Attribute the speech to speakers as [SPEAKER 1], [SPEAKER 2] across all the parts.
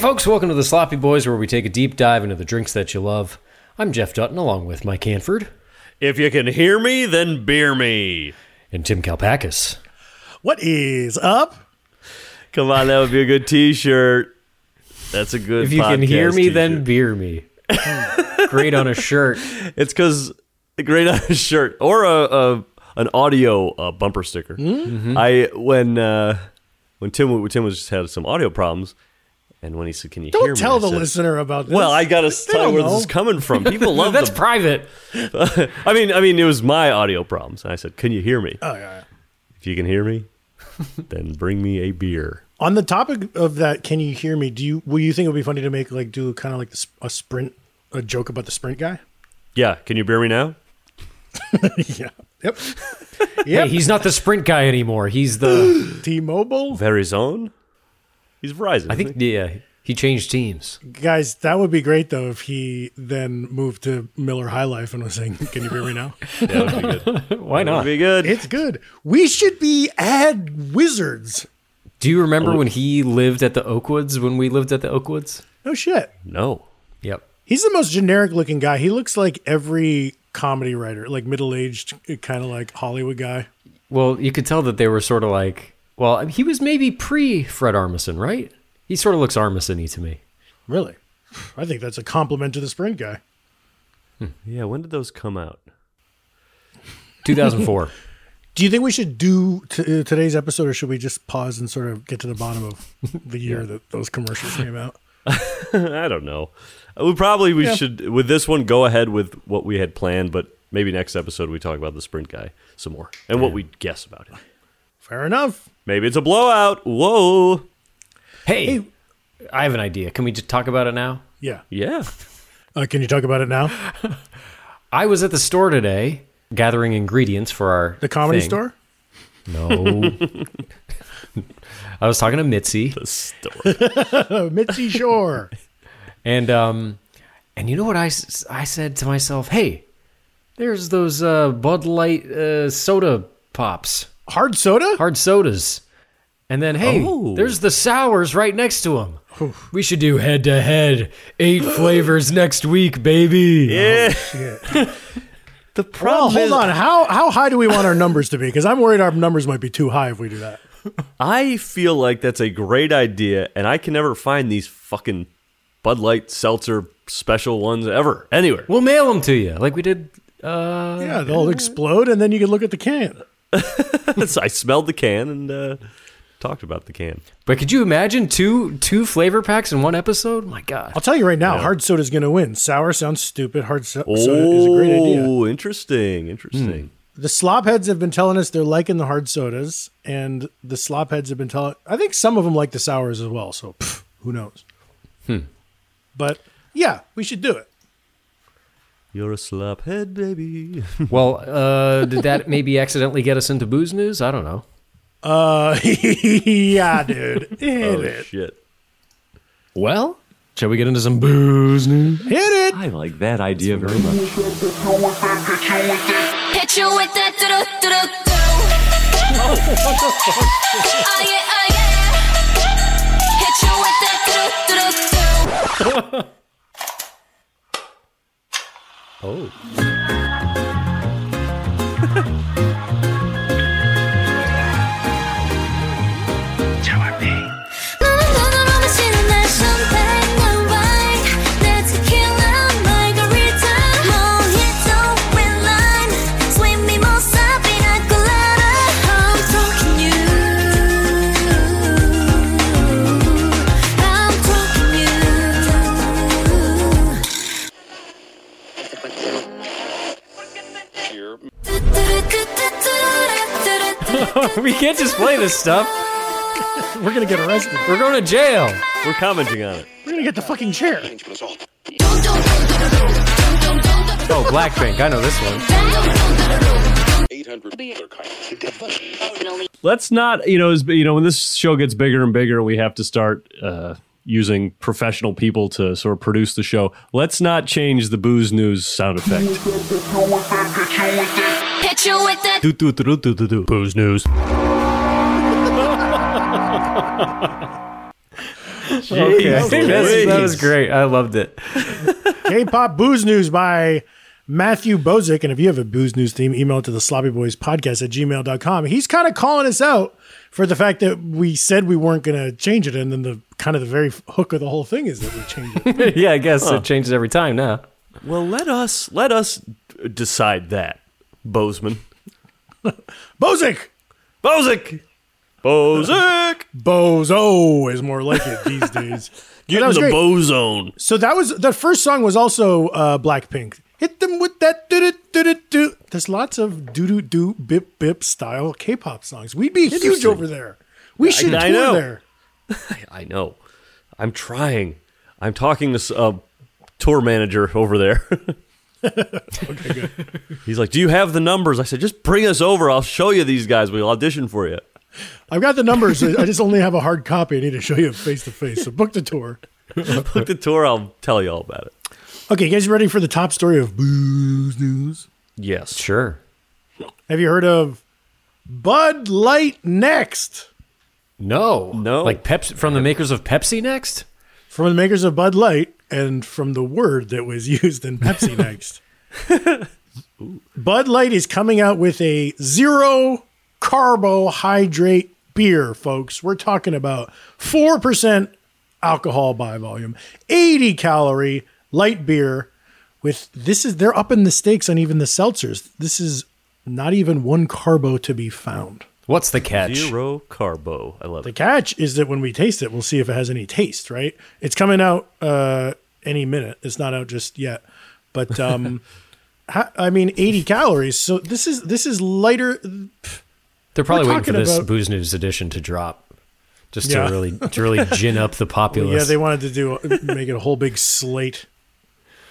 [SPEAKER 1] folks, welcome to the Sloppy Boys, where we take a deep dive into the drinks that you love. I'm Jeff Dutton, along with Mike Hanford
[SPEAKER 2] If you can hear me, then beer me.
[SPEAKER 1] and Tim Kalpakis.
[SPEAKER 3] What is up?
[SPEAKER 2] Come on, that would be a good T-shirt. That's a good.
[SPEAKER 1] If you can
[SPEAKER 2] podcast
[SPEAKER 1] hear me, then
[SPEAKER 2] t-shirt.
[SPEAKER 1] beer me. Great on a shirt.
[SPEAKER 2] it's because great on a shirt or a, a an audio uh, bumper sticker.
[SPEAKER 1] Hmm?
[SPEAKER 2] Mm-hmm. I when uh, when Tim when Tim was just had some audio problems, and when he said, "Can you
[SPEAKER 3] Don't
[SPEAKER 2] hear me?"
[SPEAKER 3] tell
[SPEAKER 2] I
[SPEAKER 3] the
[SPEAKER 2] said,
[SPEAKER 3] listener about this.
[SPEAKER 2] Well, I gotta tell you
[SPEAKER 3] don't
[SPEAKER 2] where
[SPEAKER 3] know.
[SPEAKER 2] this is coming from. People love
[SPEAKER 1] That's
[SPEAKER 2] the
[SPEAKER 1] private.
[SPEAKER 2] I mean, I mean, it was my audio problems. And I said, "Can you hear me?
[SPEAKER 3] Oh, yeah, yeah.
[SPEAKER 2] If you can hear me, then bring me a beer."
[SPEAKER 3] on the topic of that, can you hear me? Do you will you think it would be funny to make like do kind of like the sp- a sprint a joke about the sprint guy?
[SPEAKER 2] Yeah, can you beer me now?
[SPEAKER 3] yeah. Yep.
[SPEAKER 1] Hey, he's not the sprint guy anymore. He's the.
[SPEAKER 3] T-Mobile
[SPEAKER 2] Verizon. He's Verizon.
[SPEAKER 1] I think. Yeah, he changed teams.
[SPEAKER 3] guys, that would be great though if he then moved to Miller High Life and was saying, "Can you hear me now?"
[SPEAKER 2] that would be good.
[SPEAKER 1] Why
[SPEAKER 2] That would
[SPEAKER 1] not?
[SPEAKER 2] be good.
[SPEAKER 3] it's good. We should be ad wizards.
[SPEAKER 1] Do you remember when he lived at the Oakwoods? When we lived at the Oakwoods?
[SPEAKER 3] No shit.
[SPEAKER 2] no.
[SPEAKER 1] Yep.
[SPEAKER 3] He's the most generic looking guy. He looks like every comedy writer, like middle aged, kind of like Hollywood guy.
[SPEAKER 1] Well, you could tell that they were sort of like. Well, he was maybe pre Fred Armisen, right? He sort of looks Armisen-y to me.
[SPEAKER 3] Really? I think that's a compliment to the sprint guy.
[SPEAKER 2] Yeah, when did those come out?
[SPEAKER 1] 2004.
[SPEAKER 3] Do you think we should do t- uh, today's episode, or should we just pause and sort of get to the bottom of the year that those commercials came out?
[SPEAKER 2] I don't know. Uh, We probably we should with this one go ahead with what we had planned, but maybe next episode we talk about the sprint guy some more and what we guess about him.
[SPEAKER 3] Fair enough.
[SPEAKER 2] Maybe it's a blowout. Whoa.
[SPEAKER 1] hey, I have an idea. Can we just talk about it now?
[SPEAKER 3] Yeah.
[SPEAKER 2] Yeah.
[SPEAKER 3] Uh, can you talk about it now?
[SPEAKER 1] I was at the store today gathering ingredients for our
[SPEAKER 3] The comedy
[SPEAKER 1] thing.
[SPEAKER 3] store?
[SPEAKER 1] No. I was talking to Mitzi
[SPEAKER 2] Story.
[SPEAKER 3] Oh, Mitzi Shore.
[SPEAKER 1] and um and you know what I, s- I said to myself, "Hey, there's those uh Bud Light uh, soda pops,
[SPEAKER 3] Hard soda?
[SPEAKER 1] hard sodas." And then, hey,
[SPEAKER 2] Oh.
[SPEAKER 1] there's the sours right next to them. We should do head to head, eight flavors next week, baby.
[SPEAKER 2] Yeah.
[SPEAKER 3] Shit.
[SPEAKER 2] The
[SPEAKER 3] Well,
[SPEAKER 2] problem
[SPEAKER 3] hold
[SPEAKER 2] is
[SPEAKER 3] on. How how high do we want our numbers to be? Because I'm worried our numbers might be too high if we do that.
[SPEAKER 2] I feel like that's a great idea, and I can never find these fucking Bud Light seltzer special ones ever anywhere.
[SPEAKER 1] We'll mail them to you like we did uh
[SPEAKER 3] Yeah, they'll explode, and then you can look at the can.
[SPEAKER 2] So I smelled the can and uh, talked about the can.
[SPEAKER 1] But could you imagine two two flavor packs in one episode? My God.
[SPEAKER 3] I'll tell you right now, hard soda's going to win. Sour sounds stupid. Hard so- soda is a great idea.
[SPEAKER 2] Oh, interesting, interesting.
[SPEAKER 3] The slop heads have been telling us they're liking the hard sodas, and the slop heads have been telling. I think some of them like the sours as well. So pff, who knows? But yeah, we should do it.
[SPEAKER 2] You're a slop head, baby.
[SPEAKER 1] Well, uh, did that maybe accidentally get us into booze news? I don't know.
[SPEAKER 3] Uh, yeah, dude, hit
[SPEAKER 2] oh
[SPEAKER 3] it,
[SPEAKER 2] shit!
[SPEAKER 1] Well, shall we get into some booze news?
[SPEAKER 3] hit it.
[SPEAKER 2] I like that idea very much.
[SPEAKER 4] Hit you with that do do do do do. Oh yeah, oh yeah. Hit you with that do do do do.
[SPEAKER 1] Oh.
[SPEAKER 4] 넌 너는 마시는 날 champagne, 난 wine, 내 tequila, margarita. Mojito with lime, sweet mimosa, pina colada. I'm talking you. I'm talking you.
[SPEAKER 1] we can't just play this stuff.
[SPEAKER 3] We're gonna get arrested.
[SPEAKER 1] We're going to jail.
[SPEAKER 2] We're commenting on it.
[SPEAKER 3] We're gonna get the fucking chair.
[SPEAKER 1] Oh, Blackpink. I know this one.
[SPEAKER 5] 800 other kinds.
[SPEAKER 2] Let's not, you know, as, you know, when this show gets bigger and bigger, we have to start uh, using professional people to sort of produce the show. Let's not change the booze news sound effect.
[SPEAKER 4] Hit you with that
[SPEAKER 2] do, do, do, do, do, do, do. Booze news.
[SPEAKER 1] Okay. That's- that was great. I loved it.
[SPEAKER 3] K-pop booze news by Matthew Bozick. And if you have a booze news theme, email it to the sloppy boys podcast at gmail.com. He's kind of calling us out for the fact that we said we weren't going to change it. And then the kind of the very hook of the whole thing is that we changed it.
[SPEAKER 1] yeah, I guess it changes every time now.
[SPEAKER 6] Well, let us let us d- decide that, Bozeman.
[SPEAKER 3] Bozick!
[SPEAKER 6] Bozick, Bozick,
[SPEAKER 3] Bozo is more like it these days.
[SPEAKER 6] get
[SPEAKER 3] that
[SPEAKER 6] in
[SPEAKER 3] was
[SPEAKER 6] the
[SPEAKER 3] great.
[SPEAKER 6] bozone.
[SPEAKER 3] So that was the first song was also uh, Blackpink. Hit them with that do do do do do. There's lots of do do do bip bip style K-pop songs. We'd be huge
[SPEAKER 6] Interesting.
[SPEAKER 3] over there. We should
[SPEAKER 6] I
[SPEAKER 3] tour
[SPEAKER 6] know.
[SPEAKER 3] there.
[SPEAKER 6] I know. I'm trying. I'm talking this uh, tour manager over there. He's like, "Do you have the numbers?" I said, "Just bring us over. I'll show you these guys. We'll audition for you."
[SPEAKER 3] I've got the numbers. I just only have a hard copy. I need to show you face to face. So book the tour.
[SPEAKER 6] Book the tour. I'll tell you all about it.
[SPEAKER 3] Okay, you guys ready for the top story of booze news?
[SPEAKER 6] Yes.
[SPEAKER 1] Sure.
[SPEAKER 3] Have you heard of Bud Light Next?
[SPEAKER 1] No.
[SPEAKER 6] No.
[SPEAKER 1] Like Pepsi from the makers of Pepsi next?
[SPEAKER 3] From the makers of Bud Light and from the word that was used in Pepsi Next. Bud Light is coming out with a zero carbohydrate beer, folks. We're talking about 4% alcohol by volume, 80 calorie light beer with this is they're upping the stakes on even the seltzers. This is not even one carbo to be found.
[SPEAKER 1] What's the catch?
[SPEAKER 6] Zero carbo. I love
[SPEAKER 3] The
[SPEAKER 6] it.
[SPEAKER 3] catch is that when we taste it, we'll see if it has any taste, right? It's coming out uh, any minute. It's not out just yet, but um, ha- I mean, eighty calories. So this is this is lighter.
[SPEAKER 1] They're probably
[SPEAKER 3] We're
[SPEAKER 1] waiting for
[SPEAKER 3] talking
[SPEAKER 1] this
[SPEAKER 3] about-
[SPEAKER 1] booze news edition to drop. Just
[SPEAKER 3] Yeah.
[SPEAKER 1] to really to really gin up the
[SPEAKER 3] Yeah,
[SPEAKER 1] populace.
[SPEAKER 3] they wanted to do make it a whole big slate.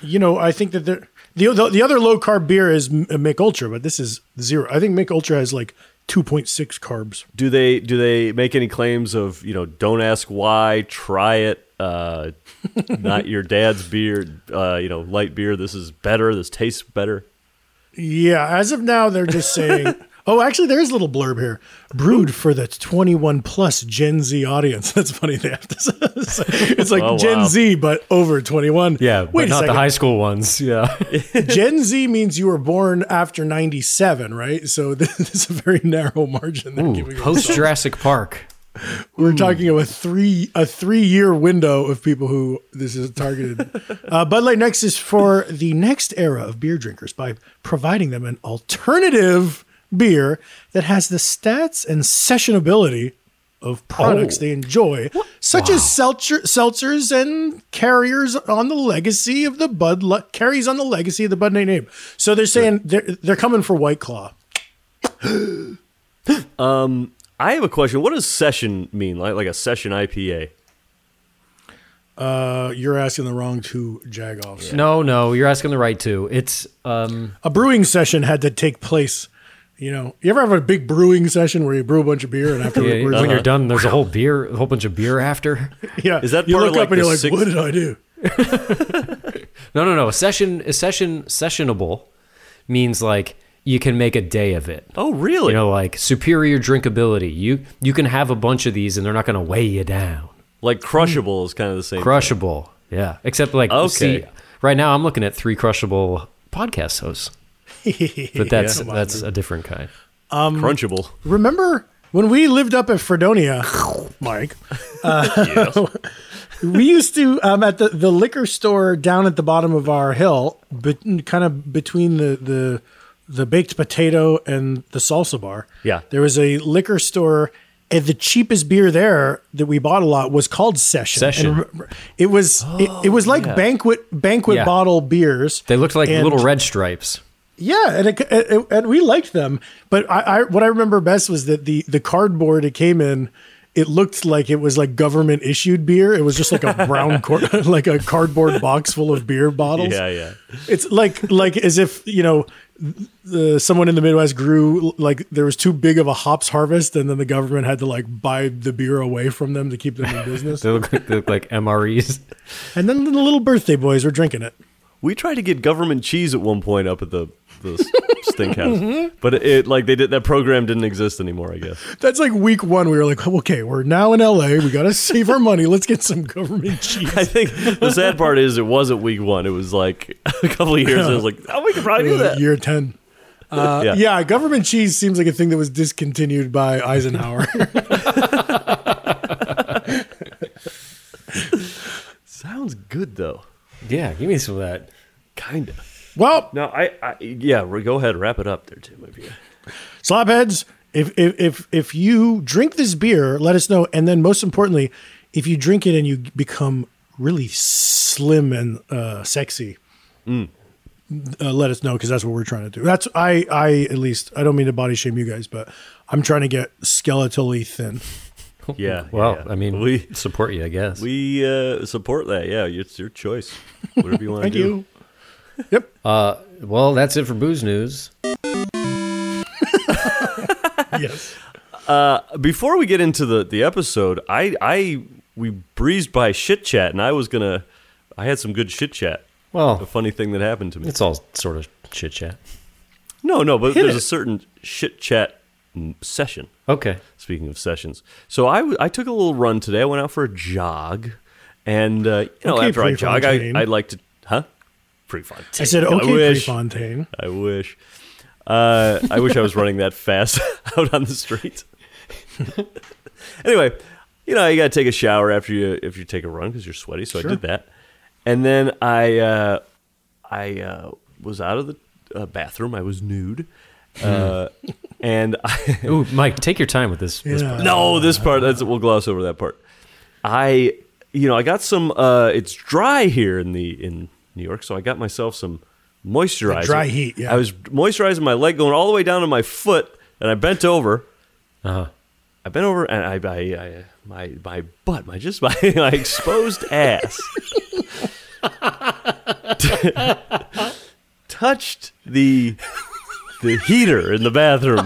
[SPEAKER 3] You know, I think that they're, the the the other low carb beer is M- Mick Ultra, but this is zero. I think Mick Ultra has like two point six carbs.
[SPEAKER 6] Do they do they make any claims of you know? Don't ask why. Try it. Uh, not your dad's beer. Uh, you know, light beer. This is better. This tastes better.
[SPEAKER 3] Yeah, as of now, they're just saying. oh, actually, there is a little blurb here. Brewed for the 21 plus Gen Z audience. That's funny. They have to. say- it's like
[SPEAKER 6] Oh,
[SPEAKER 3] Gen
[SPEAKER 6] wow.
[SPEAKER 3] Z, but over 21.
[SPEAKER 1] yeah
[SPEAKER 3] Wait
[SPEAKER 1] but not
[SPEAKER 3] a
[SPEAKER 1] the
[SPEAKER 3] second.
[SPEAKER 1] high school ones. Yeah.
[SPEAKER 3] Gen Z means you were born after 97, right? So this is a very narrow margin. They're giving us.
[SPEAKER 1] Post Jurassic Park.
[SPEAKER 3] We're talking of a three a three year window of people who this is targeted. uh, Bud Light Next is for the next era of beer drinkers by providing them an alternative beer that has the stats and sessionability of products they enjoy, such as seltzer, seltzers and carriers on the legacy of the Bud Light carries on the legacy of the Bud Light name. So they're saying they're they're coming for White Claw.
[SPEAKER 6] I have a question. What does session mean? Like like a session IPA?
[SPEAKER 3] Uh, you're asking the wrong two jagoffs.
[SPEAKER 1] No, no, you're asking the right two. It's um
[SPEAKER 3] a brewing session had to take place. You know, you ever have a big brewing session where you brew a bunch of beer and
[SPEAKER 1] yeah,
[SPEAKER 3] afterwards,
[SPEAKER 1] when you're done, there's a whole beer, a whole bunch of beer after.
[SPEAKER 3] yeah,
[SPEAKER 6] Is that
[SPEAKER 3] you
[SPEAKER 6] part
[SPEAKER 3] look
[SPEAKER 6] of, like,
[SPEAKER 3] up and
[SPEAKER 6] the
[SPEAKER 3] you're like,
[SPEAKER 6] six-
[SPEAKER 3] what did I do?
[SPEAKER 1] No, no, no. A session, a session, sessionable means like you can make a day of it.
[SPEAKER 6] Oh, really?
[SPEAKER 1] You know, like superior drinkability. You you can have a bunch of these, and they're not going to weigh you down.
[SPEAKER 2] Hmm.
[SPEAKER 6] like crushable is kind of the same.
[SPEAKER 1] Crushable, yeah. Except like,
[SPEAKER 6] Okay.
[SPEAKER 1] see, right now I'm looking at three crushable podcast hosts, but that's that's a different kind.
[SPEAKER 6] crunchable.
[SPEAKER 3] Remember when we lived up at Fredonia, Mike? Uh, we used to um, at the, the liquor store down at the bottom of our hill, but kind of between the, the the baked potato and the salsa bar.
[SPEAKER 6] Yeah.
[SPEAKER 3] there was a liquor store. And the cheapest beer there that we bought a lot was called Session.
[SPEAKER 1] Session. Oh,
[SPEAKER 3] And remember, it was it, it was like banquet banquet
[SPEAKER 1] Yeah.
[SPEAKER 3] bottle beers.
[SPEAKER 1] They looked like
[SPEAKER 3] And-
[SPEAKER 1] little red stripes.
[SPEAKER 3] yeah, and it, and- and we liked them, but I, I what I remember best was that the the cardboard it came in, it looked like it was like government issued beer. It was just like a brown cor- like a cardboard box full of beer bottles.
[SPEAKER 6] Yeah, yeah.
[SPEAKER 3] It's like like as if you know, the, someone in the Midwest grew like there was too big of a hops harvest, and then the government had to like buy the beer away from them to keep them in business.
[SPEAKER 1] They look, they look like MREs.
[SPEAKER 3] and then the little birthday boys were drinking it.
[SPEAKER 2] We tried to get government cheese at one point up at the the s- stink house, but it, it like they did that program didn't exist anymore. I guess.
[SPEAKER 3] That's like week one. We were like, okay, we're now in LA. We got to save our money. Let's get some government cheese.
[SPEAKER 2] I think the sad part is it wasn't week one. It was like a couple of years. It was like, oh, we could probably do that. Uh,
[SPEAKER 3] Year 10.
[SPEAKER 2] yeah.
[SPEAKER 3] Yeah, government cheese seems like a thing that was discontinued by Eisenhower.
[SPEAKER 2] Sounds good though.
[SPEAKER 1] Yeah, give me some of that.
[SPEAKER 2] Kinda.
[SPEAKER 3] well,
[SPEAKER 2] No, I, I yeah. re- Go ahead, wrap it up there, Tim. If you,
[SPEAKER 3] slobheads, if, if if if you drink this beer, let us know. And then most importantly, if you drink it and you become really slim and uh, sexy, uh, let us know because that's what we're trying to do. That's I I at least I don't mean to body shame you guys, but I'm trying to get skeletally thin.
[SPEAKER 2] yeah.
[SPEAKER 1] Well,
[SPEAKER 2] yeah.
[SPEAKER 1] I mean,
[SPEAKER 2] we
[SPEAKER 1] we support you, I guess.
[SPEAKER 2] we uh, support that. Yeah, it's your choice. Whatever you want to
[SPEAKER 3] Thank
[SPEAKER 2] do.
[SPEAKER 3] you. Yep.
[SPEAKER 1] well, that's it for booze news.
[SPEAKER 3] yes.
[SPEAKER 2] Uh, before we get into the the episode, I I we breezed by shit chat, and I was gonna, I had some good shit chat. A
[SPEAKER 1] Well,
[SPEAKER 2] funny thing that happened to me.
[SPEAKER 1] it's all sort of chit chat.
[SPEAKER 2] No, no, but
[SPEAKER 3] Hit
[SPEAKER 2] there's
[SPEAKER 3] it.
[SPEAKER 2] a certain shit chat mm, session.
[SPEAKER 1] Okay.
[SPEAKER 2] Speaking of sessions, so I w- I took a little run today. I went out for a jog, and uh, you know
[SPEAKER 3] Okay,
[SPEAKER 2] after I jog, I
[SPEAKER 3] Prefontaine.
[SPEAKER 2] I like to huh. Prefontaine.
[SPEAKER 3] I said, okay,
[SPEAKER 2] wish.
[SPEAKER 3] Prefontaine.
[SPEAKER 2] I wish. Uh, I wish I was running that fast out on the street. anyway, you know, you gotta take a shower after you if you take a run because you're sweaty. So I did that, and then I uh, I uh, was out of the uh, bathroom. I was nude, uh, and I
[SPEAKER 1] Ooh, Mike, take your time with this. this
[SPEAKER 3] Yeah.
[SPEAKER 2] no this part that's we'll gloss over that part. I you know I got some. Uh, it's dry here in the in New York, so I got myself some moisturizer.
[SPEAKER 3] dry heat, yeah.
[SPEAKER 2] I was moisturizing my leg, going all the way down to my foot, and I bent over.
[SPEAKER 1] Uh-huh.
[SPEAKER 2] I bent over and I, I, I my my butt, my just my, my exposed ass touched the the heater in the bathroom.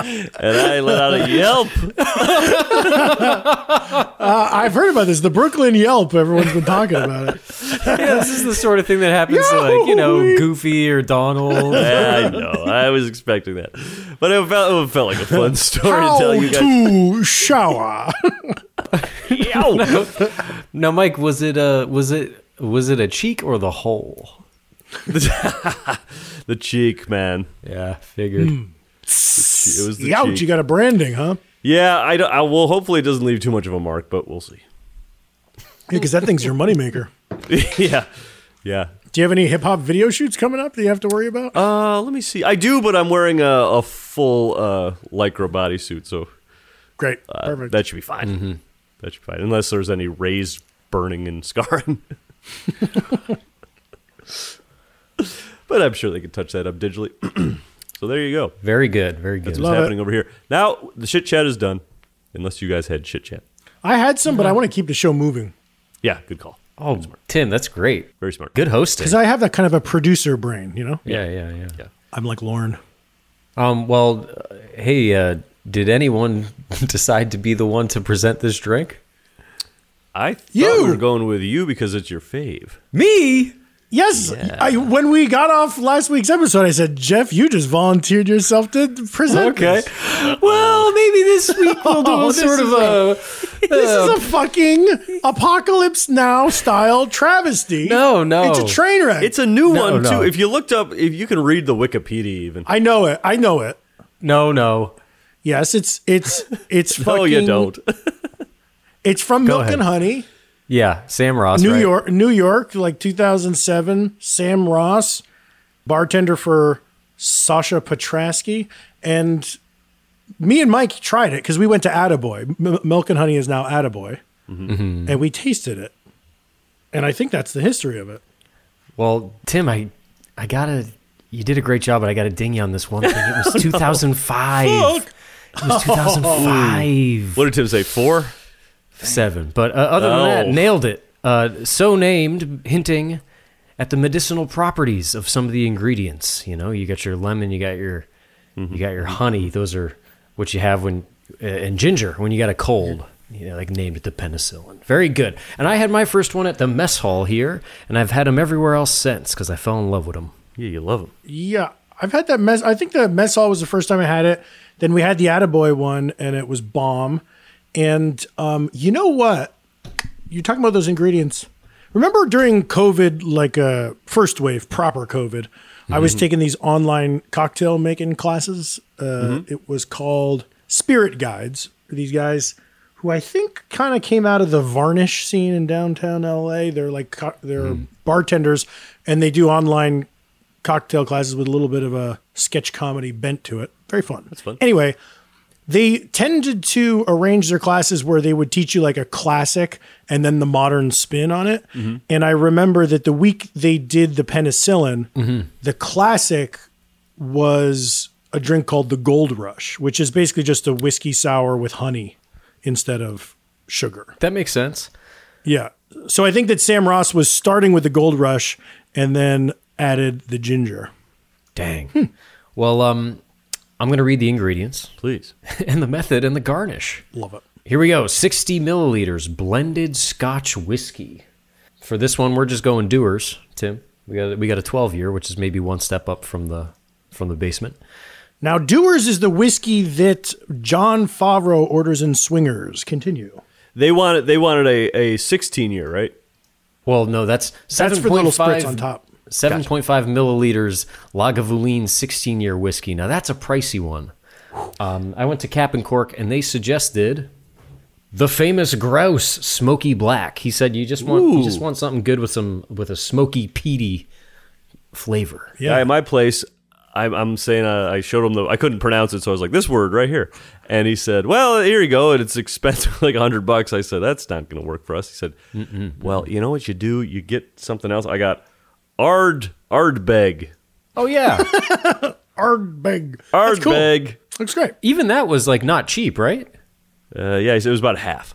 [SPEAKER 2] and I let out a yelp.
[SPEAKER 3] Uh, I've heard about this. The Brooklyn Yelp. Everyone's been talking about it.
[SPEAKER 1] yeah, this is the sort of thing that happens to like you know Goofy or Donald.
[SPEAKER 2] Yeah, I know. I was expecting that. But it felt, it felt like a fun story to
[SPEAKER 3] How
[SPEAKER 2] tell you guys.
[SPEAKER 3] Oh, to shower?
[SPEAKER 2] Yow!
[SPEAKER 1] Now, Mike, was it a was it was it a cheek or the hole?
[SPEAKER 2] The cheek, man.
[SPEAKER 1] Yeah, figured.
[SPEAKER 2] It was the
[SPEAKER 3] Youch,
[SPEAKER 2] cheek.
[SPEAKER 3] you got a branding, huh?
[SPEAKER 2] Yeah, I, don't, I will. Hopefully, it doesn't leave too much of a mark, but we'll see.
[SPEAKER 3] Because that thing's your moneymaker.
[SPEAKER 2] yeah, yeah.
[SPEAKER 3] Do you have any hip hop video shoots coming up that you have to worry about?
[SPEAKER 2] Uh, let me see. I do, but I'm wearing a, a full uh, lycra bodysuit, so
[SPEAKER 3] Great.
[SPEAKER 2] uh,
[SPEAKER 3] Perfect.
[SPEAKER 2] that should be fine. That should be fine, unless there's any raised burning and scarring. but I'm sure they could touch that up digitally. so there you go.
[SPEAKER 1] Very good, very good.
[SPEAKER 2] That's what's
[SPEAKER 3] Love it.
[SPEAKER 2] happening over here. Now the shit chat is done, unless you guys had shit chat.
[SPEAKER 3] I had some, but I want to keep the show moving.
[SPEAKER 2] Yeah, good call.
[SPEAKER 1] Oh, Tim, that's great.
[SPEAKER 2] Very smart.
[SPEAKER 1] Good hosting.
[SPEAKER 3] Because I have that kind of a producer brain, you know?
[SPEAKER 1] yeah, yeah, yeah,
[SPEAKER 2] Yeah.
[SPEAKER 3] I'm like Lauren.
[SPEAKER 1] Um, well, uh, hey, uh, did anyone decide to be the one to present this drink?
[SPEAKER 2] I thought
[SPEAKER 3] You!
[SPEAKER 2] we were going with you because it's your fave.
[SPEAKER 1] Me?
[SPEAKER 3] Yes. I, when we got off last week's episode, I said, Jeff, you just volunteered yourself to present.
[SPEAKER 1] Okay.
[SPEAKER 3] this."
[SPEAKER 1] Well, maybe this week we'll do
[SPEAKER 3] Oh, this
[SPEAKER 1] sort of
[SPEAKER 3] is
[SPEAKER 1] a.
[SPEAKER 3] This
[SPEAKER 1] uh,
[SPEAKER 3] is a fucking apocalypse now style travesty.
[SPEAKER 1] No, no.
[SPEAKER 3] It's a train wreck.
[SPEAKER 2] It's a new
[SPEAKER 1] No,
[SPEAKER 2] one
[SPEAKER 1] no.
[SPEAKER 2] too. If you looked up, if you can read the Wikipedia, even
[SPEAKER 3] I know it. I know it.
[SPEAKER 1] no, no.
[SPEAKER 3] Yes, it's it's it's fucking.
[SPEAKER 2] no, Oh, you don't.
[SPEAKER 3] It's from Milk
[SPEAKER 1] ahead.
[SPEAKER 3] and Honey,
[SPEAKER 1] Yeah, Sam Ross.
[SPEAKER 3] New
[SPEAKER 1] right?
[SPEAKER 3] York, New York, like 2007. Sam Ross, bartender for Sasha Petrasky, and me and Mike tried it because we went to Attaboy. M- Milk and Honey is now Attaboy,
[SPEAKER 2] Mm-hmm.
[SPEAKER 3] and we tasted it, and I think that's the history of it.
[SPEAKER 1] Well, Tim, I, I gotta. You did a great job, but I got to ding you on this one thing. It was 2005. It was 2005.
[SPEAKER 2] What did Tim say? Four?
[SPEAKER 1] Seven. But uh, other than that,
[SPEAKER 2] Oh.
[SPEAKER 1] nailed it. Uh, so named, hinting at the medicinal properties of some of the ingredients. You know, you got your lemon, you got your, Mm-hmm. you got your honey. Those are what you have when, uh, and ginger when you got a cold. you know, like named the penicillin. Very good. And I had my first one at the mess hall here, and I've had them everywhere else since because I fell in love with them.
[SPEAKER 2] Yeah, you love them.
[SPEAKER 3] Yeah, I've had that mess. I think the mess hall was the first time I had it. Then we had the Attaboy one, and it was bomb. And um, you know what? You're talking about those ingredients. Remember during COVID, like uh, first wave, proper COVID, I was taking these online cocktail making classes. Uh, It was called Spirit Guides. These guys who I think kind of came out of the varnish scene in downtown LA. They're like co- they're bartenders, and they do online cocktail classes with a little bit of a sketch comedy bent to it. Very fun. That's
[SPEAKER 2] fun.
[SPEAKER 3] Anyway, they tended to arrange their classes where they would teach you like a classic and then the modern spin on it. And I remember that the week they did the penicillin, the classic was a drink called the Gold Rush, which is basically just a whiskey sour with honey instead of sugar.
[SPEAKER 1] That makes sense.
[SPEAKER 3] Yeah. So I think that Sam Ross was starting with the Gold Rush and then added the ginger.
[SPEAKER 1] Dang. Well, um, I'm going to read the ingredients
[SPEAKER 2] Please.
[SPEAKER 1] and the method and the garnish.
[SPEAKER 3] Love it.
[SPEAKER 1] Here we go 60 milliliters blended scotch whiskey. For this one, we're just going doers, Tim. We got, we got a 12 year, which is maybe one step up from the, from the basement.
[SPEAKER 3] Now, Doers is the whiskey that John Favreau orders in Swingers. Continue.
[SPEAKER 2] They wanted they wanted a, a 16 year, right?
[SPEAKER 1] Well, no, that's
[SPEAKER 3] That's for the little spritz
[SPEAKER 1] 7.5
[SPEAKER 3] on top.
[SPEAKER 1] 7.5 milliliters Lagavulin 16 year whiskey. Now, that's a pricey one. Um, I went to Cap and Cork and they suggested the famous grouse smoky black. He said you just want you
[SPEAKER 2] Ooh.
[SPEAKER 1] just want something good with some with a smoky peaty flavor.
[SPEAKER 3] Yeah.
[SPEAKER 2] Yeah. at my place, I'm, I'm saying uh, I showed him the I couldn't pronounce it, so I was like this word right here, and he said, "Well, here you go, and it's expensive, like hundred bucks." I said, "That's not going to work for us." He said, "Well, you know what you do? You get something else." I got ard ardbeg
[SPEAKER 1] Oh yeah.
[SPEAKER 3] Ardbeg. That's cool.
[SPEAKER 2] ardbeg.
[SPEAKER 3] Looks great.
[SPEAKER 1] Even that was like not cheap, right?
[SPEAKER 2] Uh, yeah, he said it was about half.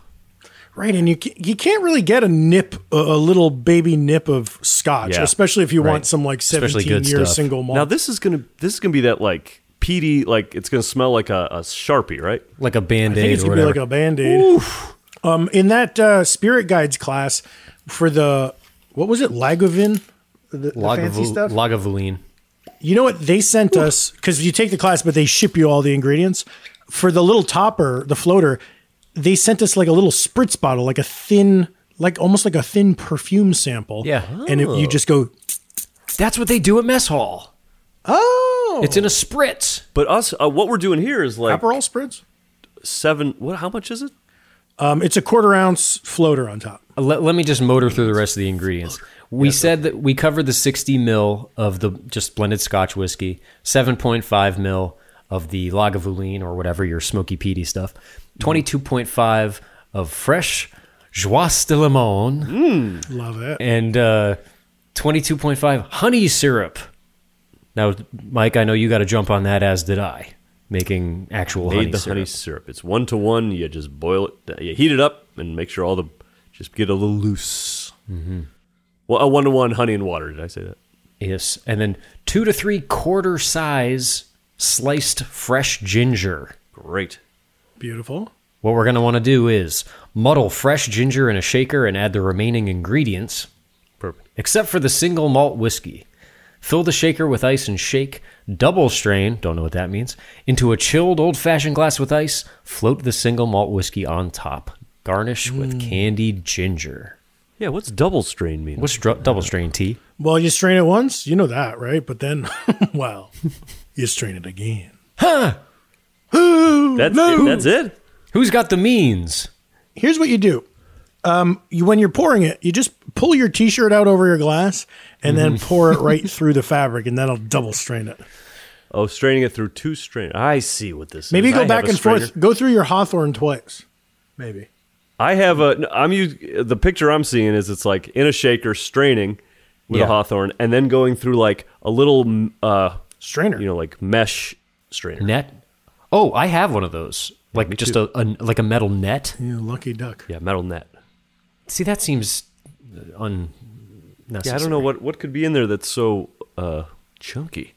[SPEAKER 3] Right. And you, ca- you can't really get a nip, a, a little baby nip of scotch,
[SPEAKER 2] Yeah.
[SPEAKER 3] especially if you want some like
[SPEAKER 1] Especially
[SPEAKER 3] 17
[SPEAKER 1] good
[SPEAKER 3] year
[SPEAKER 1] stuff.
[SPEAKER 3] single malt.
[SPEAKER 2] Now this is gonna this is gonna be that like peaty like it's gonna smell like a, a sharpie, right?
[SPEAKER 1] Like a band
[SPEAKER 3] I think
[SPEAKER 1] aid
[SPEAKER 3] it's
[SPEAKER 1] or
[SPEAKER 3] gonna be
[SPEAKER 1] whatever.
[SPEAKER 3] like a band aid. Um, in that uh, spirit guides class for the what was it, Lagavulin, the, the fancy
[SPEAKER 1] Lagavu-
[SPEAKER 3] stuff.
[SPEAKER 1] Lagavulin.
[SPEAKER 3] you know what they sent us because you take the class, but they ship you all the ingredients for the little topper, the floater. They sent us like a little spritz bottle, like a thin, like almost like a thin perfume sample.
[SPEAKER 1] Yeah.
[SPEAKER 3] and it, you just go,
[SPEAKER 1] That's what they do at mess hall.
[SPEAKER 3] oh,
[SPEAKER 1] It's in a spritz.
[SPEAKER 2] But us, uh, what we're doing here is like
[SPEAKER 3] Aperol spritz.
[SPEAKER 2] seven. What? How much is it?
[SPEAKER 3] Um, it's a quarter ounce floater on top.
[SPEAKER 1] Uh, let, let me just motor through the rest of the ingredients. We said that we covered the 60 mil of the just blended Scotch whiskey, 7.5 mil of the Lagavulin or whatever your smoky peaty stuff,
[SPEAKER 3] Mm-hmm.
[SPEAKER 1] 22.5 of fresh Joisse de Limon,
[SPEAKER 3] Love it.
[SPEAKER 1] and uh, 22.5 honey syrup. Now, Mike, I know you got to jump on that, as did I, making actual honey
[SPEAKER 2] Made the
[SPEAKER 1] syrup.
[SPEAKER 2] honey syrup. It's one to one. You just boil it. down- You heat it up and make sure all the just get a little loose. Mm-hmm. Well, a one to one honey and water. Did I say that?
[SPEAKER 1] Yes, and then two to three quarter size sliced fresh ginger.
[SPEAKER 2] Great.
[SPEAKER 3] Beautiful.
[SPEAKER 1] What we're going to want to do is muddle fresh ginger in a shaker and add the remaining ingredients,
[SPEAKER 2] Perfect.
[SPEAKER 1] except for the single malt whiskey. Fill the shaker with ice and shake, double strain, don't know what that means, into a chilled old fashioned glass with ice, float the single malt whiskey on top. Garnish
[SPEAKER 2] Hmm.
[SPEAKER 1] with candied ginger.
[SPEAKER 2] Yeah. What's double strain mean?
[SPEAKER 1] What's dr- double strain tea?
[SPEAKER 3] Well, you strain it once, you know that, right? But then, well, you strain it again.
[SPEAKER 2] that's it. That's it.
[SPEAKER 1] Who's got the means?
[SPEAKER 3] Here's what you do. Um, you, when you're pouring it, you just pull your t-shirt out over your glass and then
[SPEAKER 2] Mm-hmm.
[SPEAKER 3] pour it right through the fabric, and that'll double strain it.
[SPEAKER 2] Oh, straining it through two strain. I see what this
[SPEAKER 3] Maybe
[SPEAKER 2] is. I
[SPEAKER 3] go
[SPEAKER 2] have
[SPEAKER 3] back
[SPEAKER 2] a
[SPEAKER 3] and
[SPEAKER 2] strainer.
[SPEAKER 3] forth. Go through your Hawthorne twice. Maybe.
[SPEAKER 2] I have a. no, I'm use the picture I'm seeing is it's like in a shaker straining with
[SPEAKER 1] Yeah.
[SPEAKER 2] a hawthorn, and then going through like a little, mm, uh,
[SPEAKER 3] Strainer.
[SPEAKER 2] you know, like mesh strainer.
[SPEAKER 1] Net? Oh, I have one of those. Like just a, a like a metal net.
[SPEAKER 3] You lucky duck.
[SPEAKER 2] Yeah, metal net.
[SPEAKER 1] See, that seems un.
[SPEAKER 2] Yeah, I don't know what what could be in there that's so uh, chunky.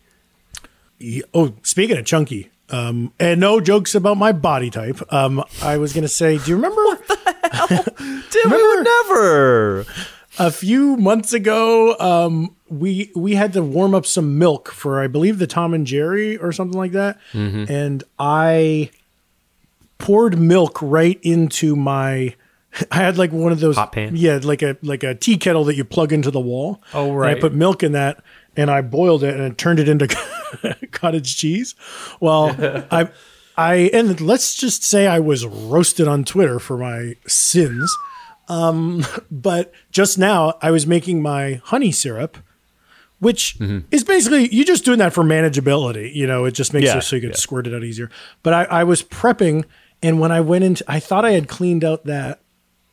[SPEAKER 3] Ye- Oh, speaking of chunky, Um, and no jokes about my body type. Um, I was gonna say, do you remember
[SPEAKER 2] Tim, we would never.
[SPEAKER 3] a few months ago? Um, we we had to warm up some milk for I believe the Tom and Jerry or something like that,
[SPEAKER 1] Mm-hmm.
[SPEAKER 3] and I poured milk right into my. I had like one of those
[SPEAKER 1] Hot pan?
[SPEAKER 3] Yeah, like a like a tea kettle that you plug into the wall.
[SPEAKER 1] Oh,
[SPEAKER 3] And
[SPEAKER 1] right.
[SPEAKER 3] I put milk in that and I boiled it and it turned it into cottage cheese. Well, I I and let's just say I was roasted on Twitter for my sins. Um, but just now I was making my honey syrup, which
[SPEAKER 1] Mm-hmm.
[SPEAKER 3] is basically you're just doing that for manageability. You know, it just makes
[SPEAKER 6] Yeah,
[SPEAKER 3] it so you can squirt it out easier. But I, I was prepping, and when I went into, I thought I had cleaned out that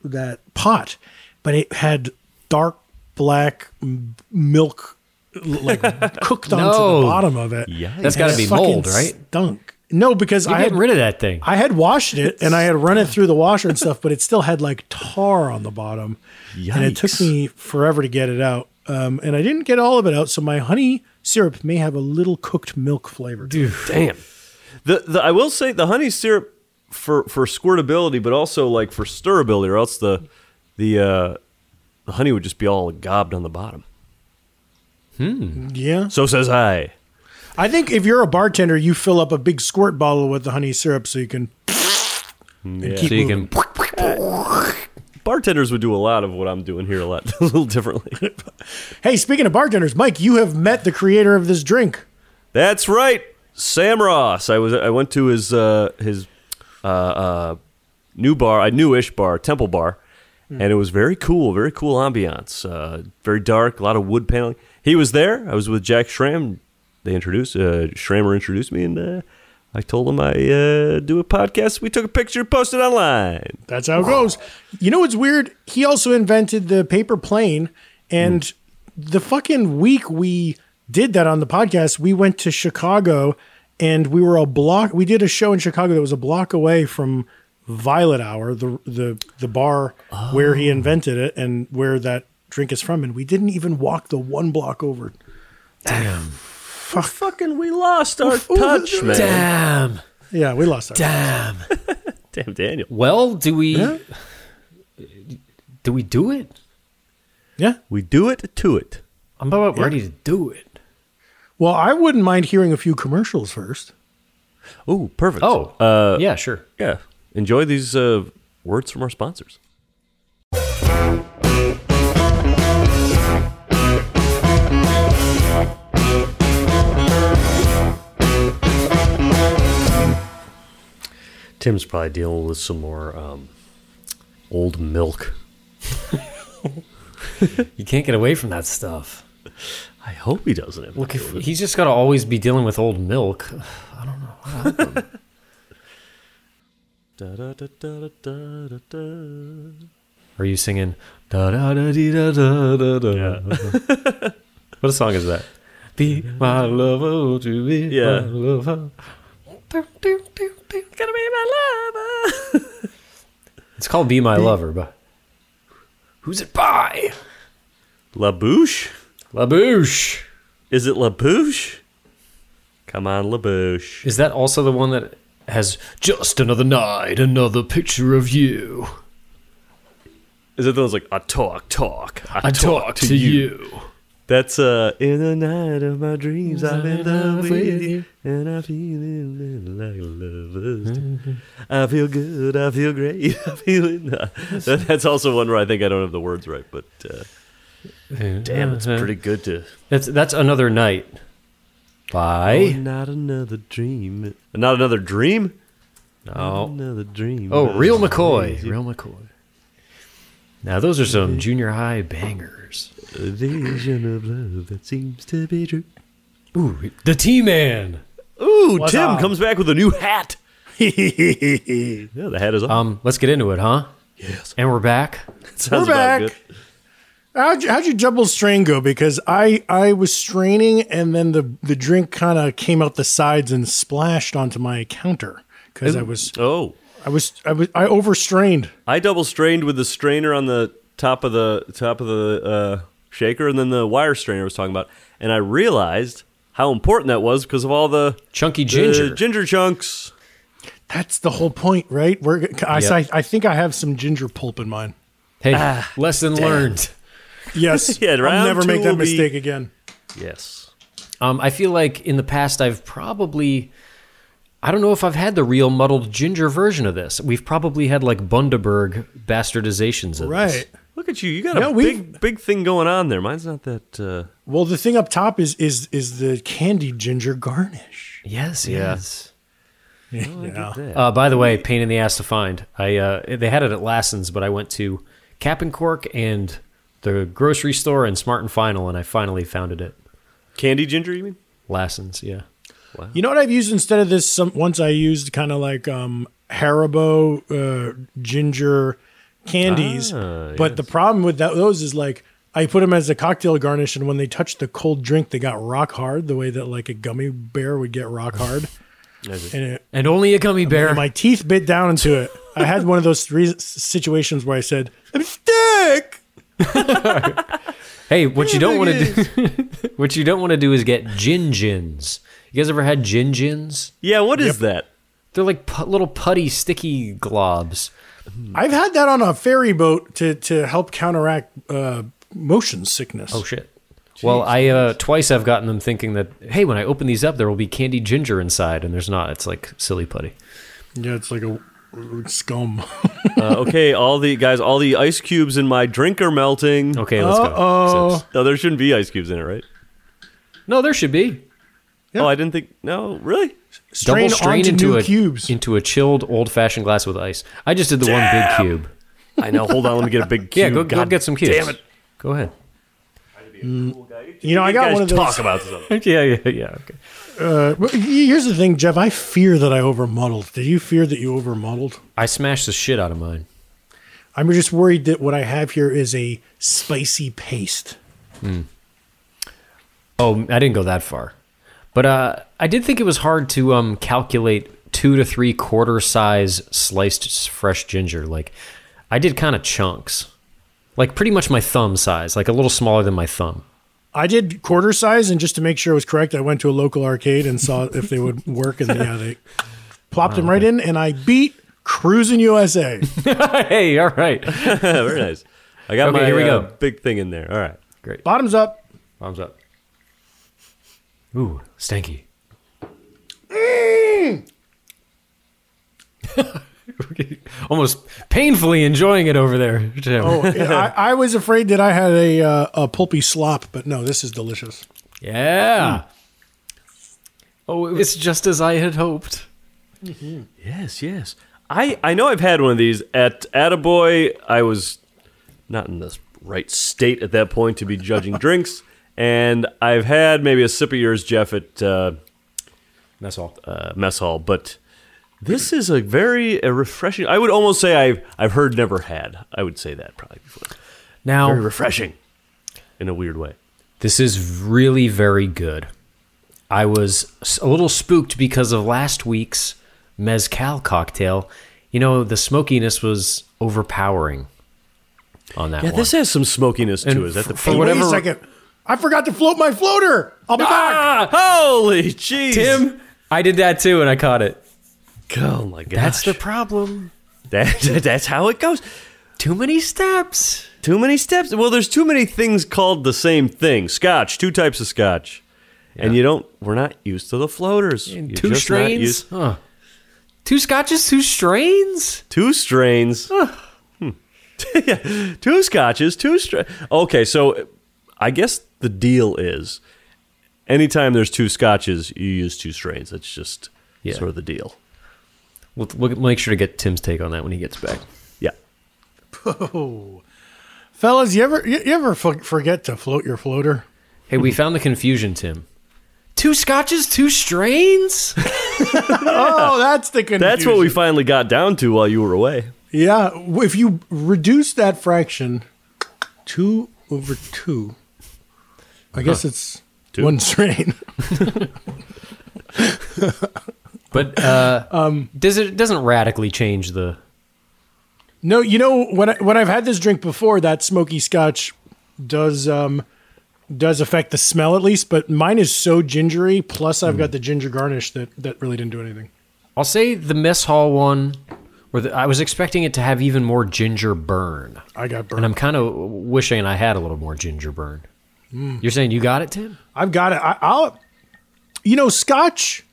[SPEAKER 3] that pot, but it had dark black m- milk like cooked onto
[SPEAKER 1] No.
[SPEAKER 3] the bottom of it. Yeah,
[SPEAKER 1] That's gotta be mold, right?
[SPEAKER 3] Stunk. No, because
[SPEAKER 1] You're
[SPEAKER 3] I had
[SPEAKER 1] getting rid of that thing.
[SPEAKER 3] I had washed it and I had run it through the washer and stuff, but it still had like tar on the bottom. And it took
[SPEAKER 2] Yikes.
[SPEAKER 3] me forever to get it out. Um, and I didn't get all of it out. So my honey syrup may have a little cooked milk flavor. Dude.
[SPEAKER 1] Damn.
[SPEAKER 2] The, the I will say the honey syrup for for squirtability, but also like for stirability, or else the the uh, the honey would just be all gobbed on the bottom.
[SPEAKER 3] Yeah.
[SPEAKER 2] So says I.
[SPEAKER 3] I think if you're a bartender, you fill up a big squirt bottle with the honey syrup so you can. And keep
[SPEAKER 1] So you
[SPEAKER 3] moving.
[SPEAKER 1] can.
[SPEAKER 2] Bartenders would do a lot of what I'm doing here a lot a little differently.
[SPEAKER 3] Hey, speaking of bartenders, Mike, you have met the creator of this drink.
[SPEAKER 2] That's right, Sam Ross. I was I went to his uh, his uh, uh, new bar, a newish bar, Temple Bar, and it was very cool, very cool ambiance. Uh, very dark, a lot of wood paneling. He was there. I was with Jack Schramm. They introduced uh, Schrammer introduced me, and uh, I told him I uh, do a podcast. We took a picture, posted online.
[SPEAKER 3] That's how it goes. You know what's weird? He also invented the paper plane. And the fucking week we did that on the podcast, we went to Chicago and we were a block. We did a show in Chicago that was a block away from Violet Hour, the the the bar where he invented it and where that drink is from. And we didn't even walk the one block over.
[SPEAKER 2] Fucking, we lost our touch, man.
[SPEAKER 1] Damn.
[SPEAKER 3] Yeah, we lost. Our-
[SPEAKER 1] Damn.
[SPEAKER 2] Damn, Daniel.
[SPEAKER 1] Well, do we? Do we do it?
[SPEAKER 3] yeah.
[SPEAKER 2] We do it to it.
[SPEAKER 1] I'm about ready to do it.
[SPEAKER 3] Well, I wouldn't mind hearing a few commercials first.
[SPEAKER 2] Oh, perfect.
[SPEAKER 1] Oh,
[SPEAKER 2] uh,
[SPEAKER 1] yeah, sure.
[SPEAKER 2] yeah. Enjoy these uh, words from our sponsors.
[SPEAKER 6] Tim's probably dealing with some more um, old milk.
[SPEAKER 1] You can't get away from that stuff.
[SPEAKER 6] I hope he doesn't have.
[SPEAKER 1] Look, if, he's just got to always be dealing with old milk.
[SPEAKER 2] Da, da, da, da, da, da, da.
[SPEAKER 1] Are you singing? Da da da dee, da da da da. what song is that? Be my lover, won't you be
[SPEAKER 2] Yeah.
[SPEAKER 1] my lover? Do, do, do, do, Gotta be my lover. it's called "Be My Lover," but who's it by?
[SPEAKER 2] Labouche?
[SPEAKER 1] Labouche.
[SPEAKER 2] Is it Labouche? Come on, Labouche.
[SPEAKER 1] Is that also the one that has just another night, another picture of you?
[SPEAKER 2] Is it those like I talk, talk, I,
[SPEAKER 1] I talk, to, you.
[SPEAKER 2] That's uh in the night of my dreams I'm in love with
[SPEAKER 1] with
[SPEAKER 2] you
[SPEAKER 1] you.
[SPEAKER 2] and I feel in like lovers. do. I feel good, I feel great, I feel in. that- that's also one where I think I don't have the words right, but uh, damn, it's pretty good to
[SPEAKER 1] That's that's another night.
[SPEAKER 2] Oh,
[SPEAKER 1] By
[SPEAKER 2] not another dream, not another dream,
[SPEAKER 1] no.
[SPEAKER 2] another dream.
[SPEAKER 1] Oh, Real McCoy. Real McCoy. Now, those are some junior high bangers.
[SPEAKER 2] A vision of love that seems to be true.
[SPEAKER 1] Ooh, the T Man.
[SPEAKER 2] Ooh, Tim
[SPEAKER 3] up?
[SPEAKER 2] comes back with a new hat. Yeah, the hat is on.
[SPEAKER 1] Um, let's get into it, huh?
[SPEAKER 2] yes,
[SPEAKER 1] And we're back.
[SPEAKER 2] sounds
[SPEAKER 3] we're
[SPEAKER 2] about
[SPEAKER 3] back. How'd you, how'd you double strain go? Because I I was straining and then the the drink kind of came out the sides and splashed onto my counter because I was
[SPEAKER 2] good. Oh,
[SPEAKER 3] I was I was I overstrained.
[SPEAKER 2] I double strained with the strainer on the top of the top of the uh, shaker, and then the wire strainer I was talking about, and I realized how important that was because of all the
[SPEAKER 1] Chunky
[SPEAKER 2] the
[SPEAKER 1] ginger.
[SPEAKER 2] ginger chunks.
[SPEAKER 3] That's the whole point, right? We're g- I,
[SPEAKER 1] Yep.
[SPEAKER 3] I, I think I have some ginger pulp in mine.
[SPEAKER 1] Hey, lesson learned.
[SPEAKER 3] Yes.
[SPEAKER 2] Yeah,
[SPEAKER 3] I'll
[SPEAKER 2] round
[SPEAKER 3] never
[SPEAKER 2] two
[SPEAKER 3] make that
[SPEAKER 2] will be-
[SPEAKER 3] mistake again.
[SPEAKER 2] Yes.
[SPEAKER 1] Um, I feel like in the past I've probably I don't know if I've had the real muddled ginger version of this. We've probably had like Bundaberg bastardizations of this.
[SPEAKER 3] Right.
[SPEAKER 2] Look at you. You got
[SPEAKER 3] Yeah,
[SPEAKER 2] a
[SPEAKER 3] we've-
[SPEAKER 2] big big thing going on there. Mine's not that. Uh,
[SPEAKER 3] Well, the thing up top is is is the candied ginger garnish.
[SPEAKER 1] Yes, yes.
[SPEAKER 2] Oh,
[SPEAKER 3] Yeah.
[SPEAKER 1] Uh, by the way, pain in the ass to find. I uh, they had it at Lassen's, but I went to Cap and Cork and the grocery store and Smart and Final, and I finally found it at
[SPEAKER 2] candy ginger, you mean?
[SPEAKER 1] Lassen's. Yeah.
[SPEAKER 3] You know what I've used instead of this? Some once I used kind of like um, Haribo uh, ginger candies, but the problem with that, those is like I put them as a cocktail garnish, and when they touched the cold drink, they got rock hard, the way that like a gummy bear would get rock hard, and it,
[SPEAKER 1] And only a gummy bear.
[SPEAKER 3] and my teeth bit down into it. I had one of those three s- situations where I said, "I'm stuck."
[SPEAKER 1] Hey, what you don't want to do, what you don't want to do is get gin gins. You guys ever had gin gins?
[SPEAKER 2] Yeah. What is that?
[SPEAKER 1] They're like pu- little putty, sticky globs.
[SPEAKER 3] I've had that on a ferry boat to to help counteract uh, motion sickness.
[SPEAKER 1] Oh shit. Well, I uh, twice I've gotten them thinking that hey, when I open these up, there will be candied ginger inside, and there's not. It's like silly putty.
[SPEAKER 3] yeah, it's like a scum.
[SPEAKER 2] Uh, okay, all the guys, all the ice cubes in my drink are melting.
[SPEAKER 1] Okay, let's go.
[SPEAKER 3] Uh-oh.
[SPEAKER 1] Sips.
[SPEAKER 2] No, there shouldn't be ice cubes in it, right?
[SPEAKER 1] No, there should be.
[SPEAKER 3] Yeah.
[SPEAKER 2] Oh, I didn't think. No, really?
[SPEAKER 1] Double strain
[SPEAKER 3] onto
[SPEAKER 1] into
[SPEAKER 3] new
[SPEAKER 1] a
[SPEAKER 3] cubes.
[SPEAKER 1] into a chilled old fashioned glass with ice. I just did the one big cube.
[SPEAKER 2] I know. Hold on, let me get a big cube.
[SPEAKER 1] Yeah, go, go
[SPEAKER 2] God
[SPEAKER 1] get some cubes.
[SPEAKER 2] Damn it!
[SPEAKER 1] Go ahead.
[SPEAKER 3] you know, I got
[SPEAKER 2] guys
[SPEAKER 3] one of those.
[SPEAKER 2] Talk about this.
[SPEAKER 1] yeah, yeah, yeah. Okay.
[SPEAKER 3] Uh, but here's the thing, Jeff. I fear that I overmuddled. Did you fear that you overmuddled?
[SPEAKER 1] I smashed the shit out of mine.
[SPEAKER 3] I'm just worried that what I have here is a spicy paste.
[SPEAKER 1] Oh, I didn't go that far, but uh, I did think it was hard to um, calculate two to three quarter size sliced s- fresh ginger. Like, I did kind of chunks, like pretty much my thumb size, like a little smaller than my thumb.
[SPEAKER 3] I did quarter size, and just to make sure it was correct, I went to a local arcade and saw if they would work, and yeah, they plopped them right in, and I beat Cruising USA.
[SPEAKER 1] hey, all right,
[SPEAKER 2] Very nice. I got
[SPEAKER 1] Okay,
[SPEAKER 2] my
[SPEAKER 1] here we
[SPEAKER 2] uh,
[SPEAKER 1] go.
[SPEAKER 2] big thing in there. All right.
[SPEAKER 3] Bottoms up.
[SPEAKER 1] thumbs up. Ooh, stanky. Mm. Almost painfully enjoying it over there. Jim.
[SPEAKER 3] I, Oh, I was afraid that I had a uh, a pulpy slop, but no, this is delicious.
[SPEAKER 1] Yeah. Oh, it's just as I had hoped.
[SPEAKER 2] Yes, yes. I I know I've had one of these at Attaboy. I was not in the right state at that point to be judging drinks, and I've had maybe a sip of yours, Jeff, at uh,
[SPEAKER 1] That's all.
[SPEAKER 2] uh, mess hall, but. This is a very uh, refreshing. I would almost say I've I've heard never had. I would say that probably before.
[SPEAKER 1] Now,
[SPEAKER 2] Very refreshing, in a weird way.
[SPEAKER 1] This is really very good. I was s- a little spooked because of last week's mezcal cocktail. You know, the smokiness was overpowering on that
[SPEAKER 2] Yeah,
[SPEAKER 1] one.
[SPEAKER 2] this has some smokiness to it. Is that the
[SPEAKER 1] for
[SPEAKER 3] Hey,
[SPEAKER 1] whatever
[SPEAKER 3] Wait a second. I forgot to float my floater. I'll be back.
[SPEAKER 2] Ah, holy jeez,
[SPEAKER 1] Tim, I did that too, and I caught it.
[SPEAKER 2] Oh my gosh,
[SPEAKER 1] That's the problem.
[SPEAKER 2] that, that's how it goes.
[SPEAKER 1] Too many steps.
[SPEAKER 2] Too many steps. Well, there's too many things called the same thing. Scotch, two types of scotch, and you don't. We're not used to the floaters. You're
[SPEAKER 1] two
[SPEAKER 2] just not
[SPEAKER 1] strains.
[SPEAKER 2] used-
[SPEAKER 1] Huh. Two scotches, two strains.
[SPEAKER 2] two strains. Hmm. Yeah, two scotches, two strains. Okay, so I guess the deal is, anytime there's two scotches, you use two strains. That's just
[SPEAKER 1] Yeah.
[SPEAKER 2] sort of the deal.
[SPEAKER 1] We'll, we'll make sure to get Tim's take on that when he gets back.
[SPEAKER 2] Yeah.
[SPEAKER 3] Fellas, you ever you, you ever f- forget to float your floater?
[SPEAKER 1] Hey, we found the confusion, Tim. Two scotches, two strains.
[SPEAKER 3] Oh, that's the confusion.
[SPEAKER 2] That's what we finally got down to while you were away.
[SPEAKER 3] Yeah, w- if you reduce that fraction, two over two, I guess it's one strain.
[SPEAKER 1] But uh, does it it doesn't radically change the
[SPEAKER 3] no, you know when I, when I've had this drink before, that smoky Scotch does um, does affect the smell at least, but mine is so gingery. Plus,
[SPEAKER 2] Hmm.
[SPEAKER 3] I've got the ginger garnish that that really didn't do anything.
[SPEAKER 1] I'll say the mess hall one, where the, I was expecting it to have even more ginger burn,
[SPEAKER 3] I got
[SPEAKER 1] and
[SPEAKER 3] burned.
[SPEAKER 1] I'm kind of wishing I had a little more ginger burn. You're saying you got it, Tim?
[SPEAKER 3] I've got it. I, I'll, you know, Scotch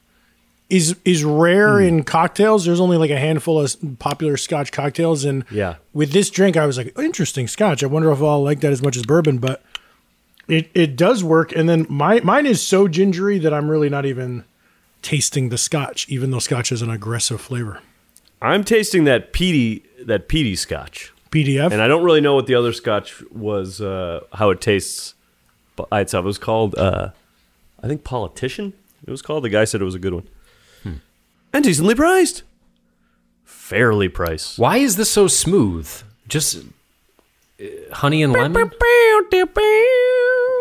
[SPEAKER 3] is is rare
[SPEAKER 2] Hmm.
[SPEAKER 3] in cocktails. There's only like a handful of s- popular Scotch cocktails, and
[SPEAKER 2] Yeah.
[SPEAKER 3] with this drink, I was like, interesting Scotch. I wonder if I'll like that as much as bourbon, but it it does work. And then my mine is so gingery that I'm really not even tasting the Scotch, even though Scotch is an aggressive flavor.
[SPEAKER 2] I'm tasting that peaty that peaty scotch,
[SPEAKER 3] PDF.
[SPEAKER 2] and I don't really know what the other scotch was, uh, how it tastes but by itself. It was called, uh, I think, politician. It was called. The guy said it was a good one, Hmm. and decently priced, fairly priced.
[SPEAKER 1] Why is this so smooth? Just uh, honey and lemon.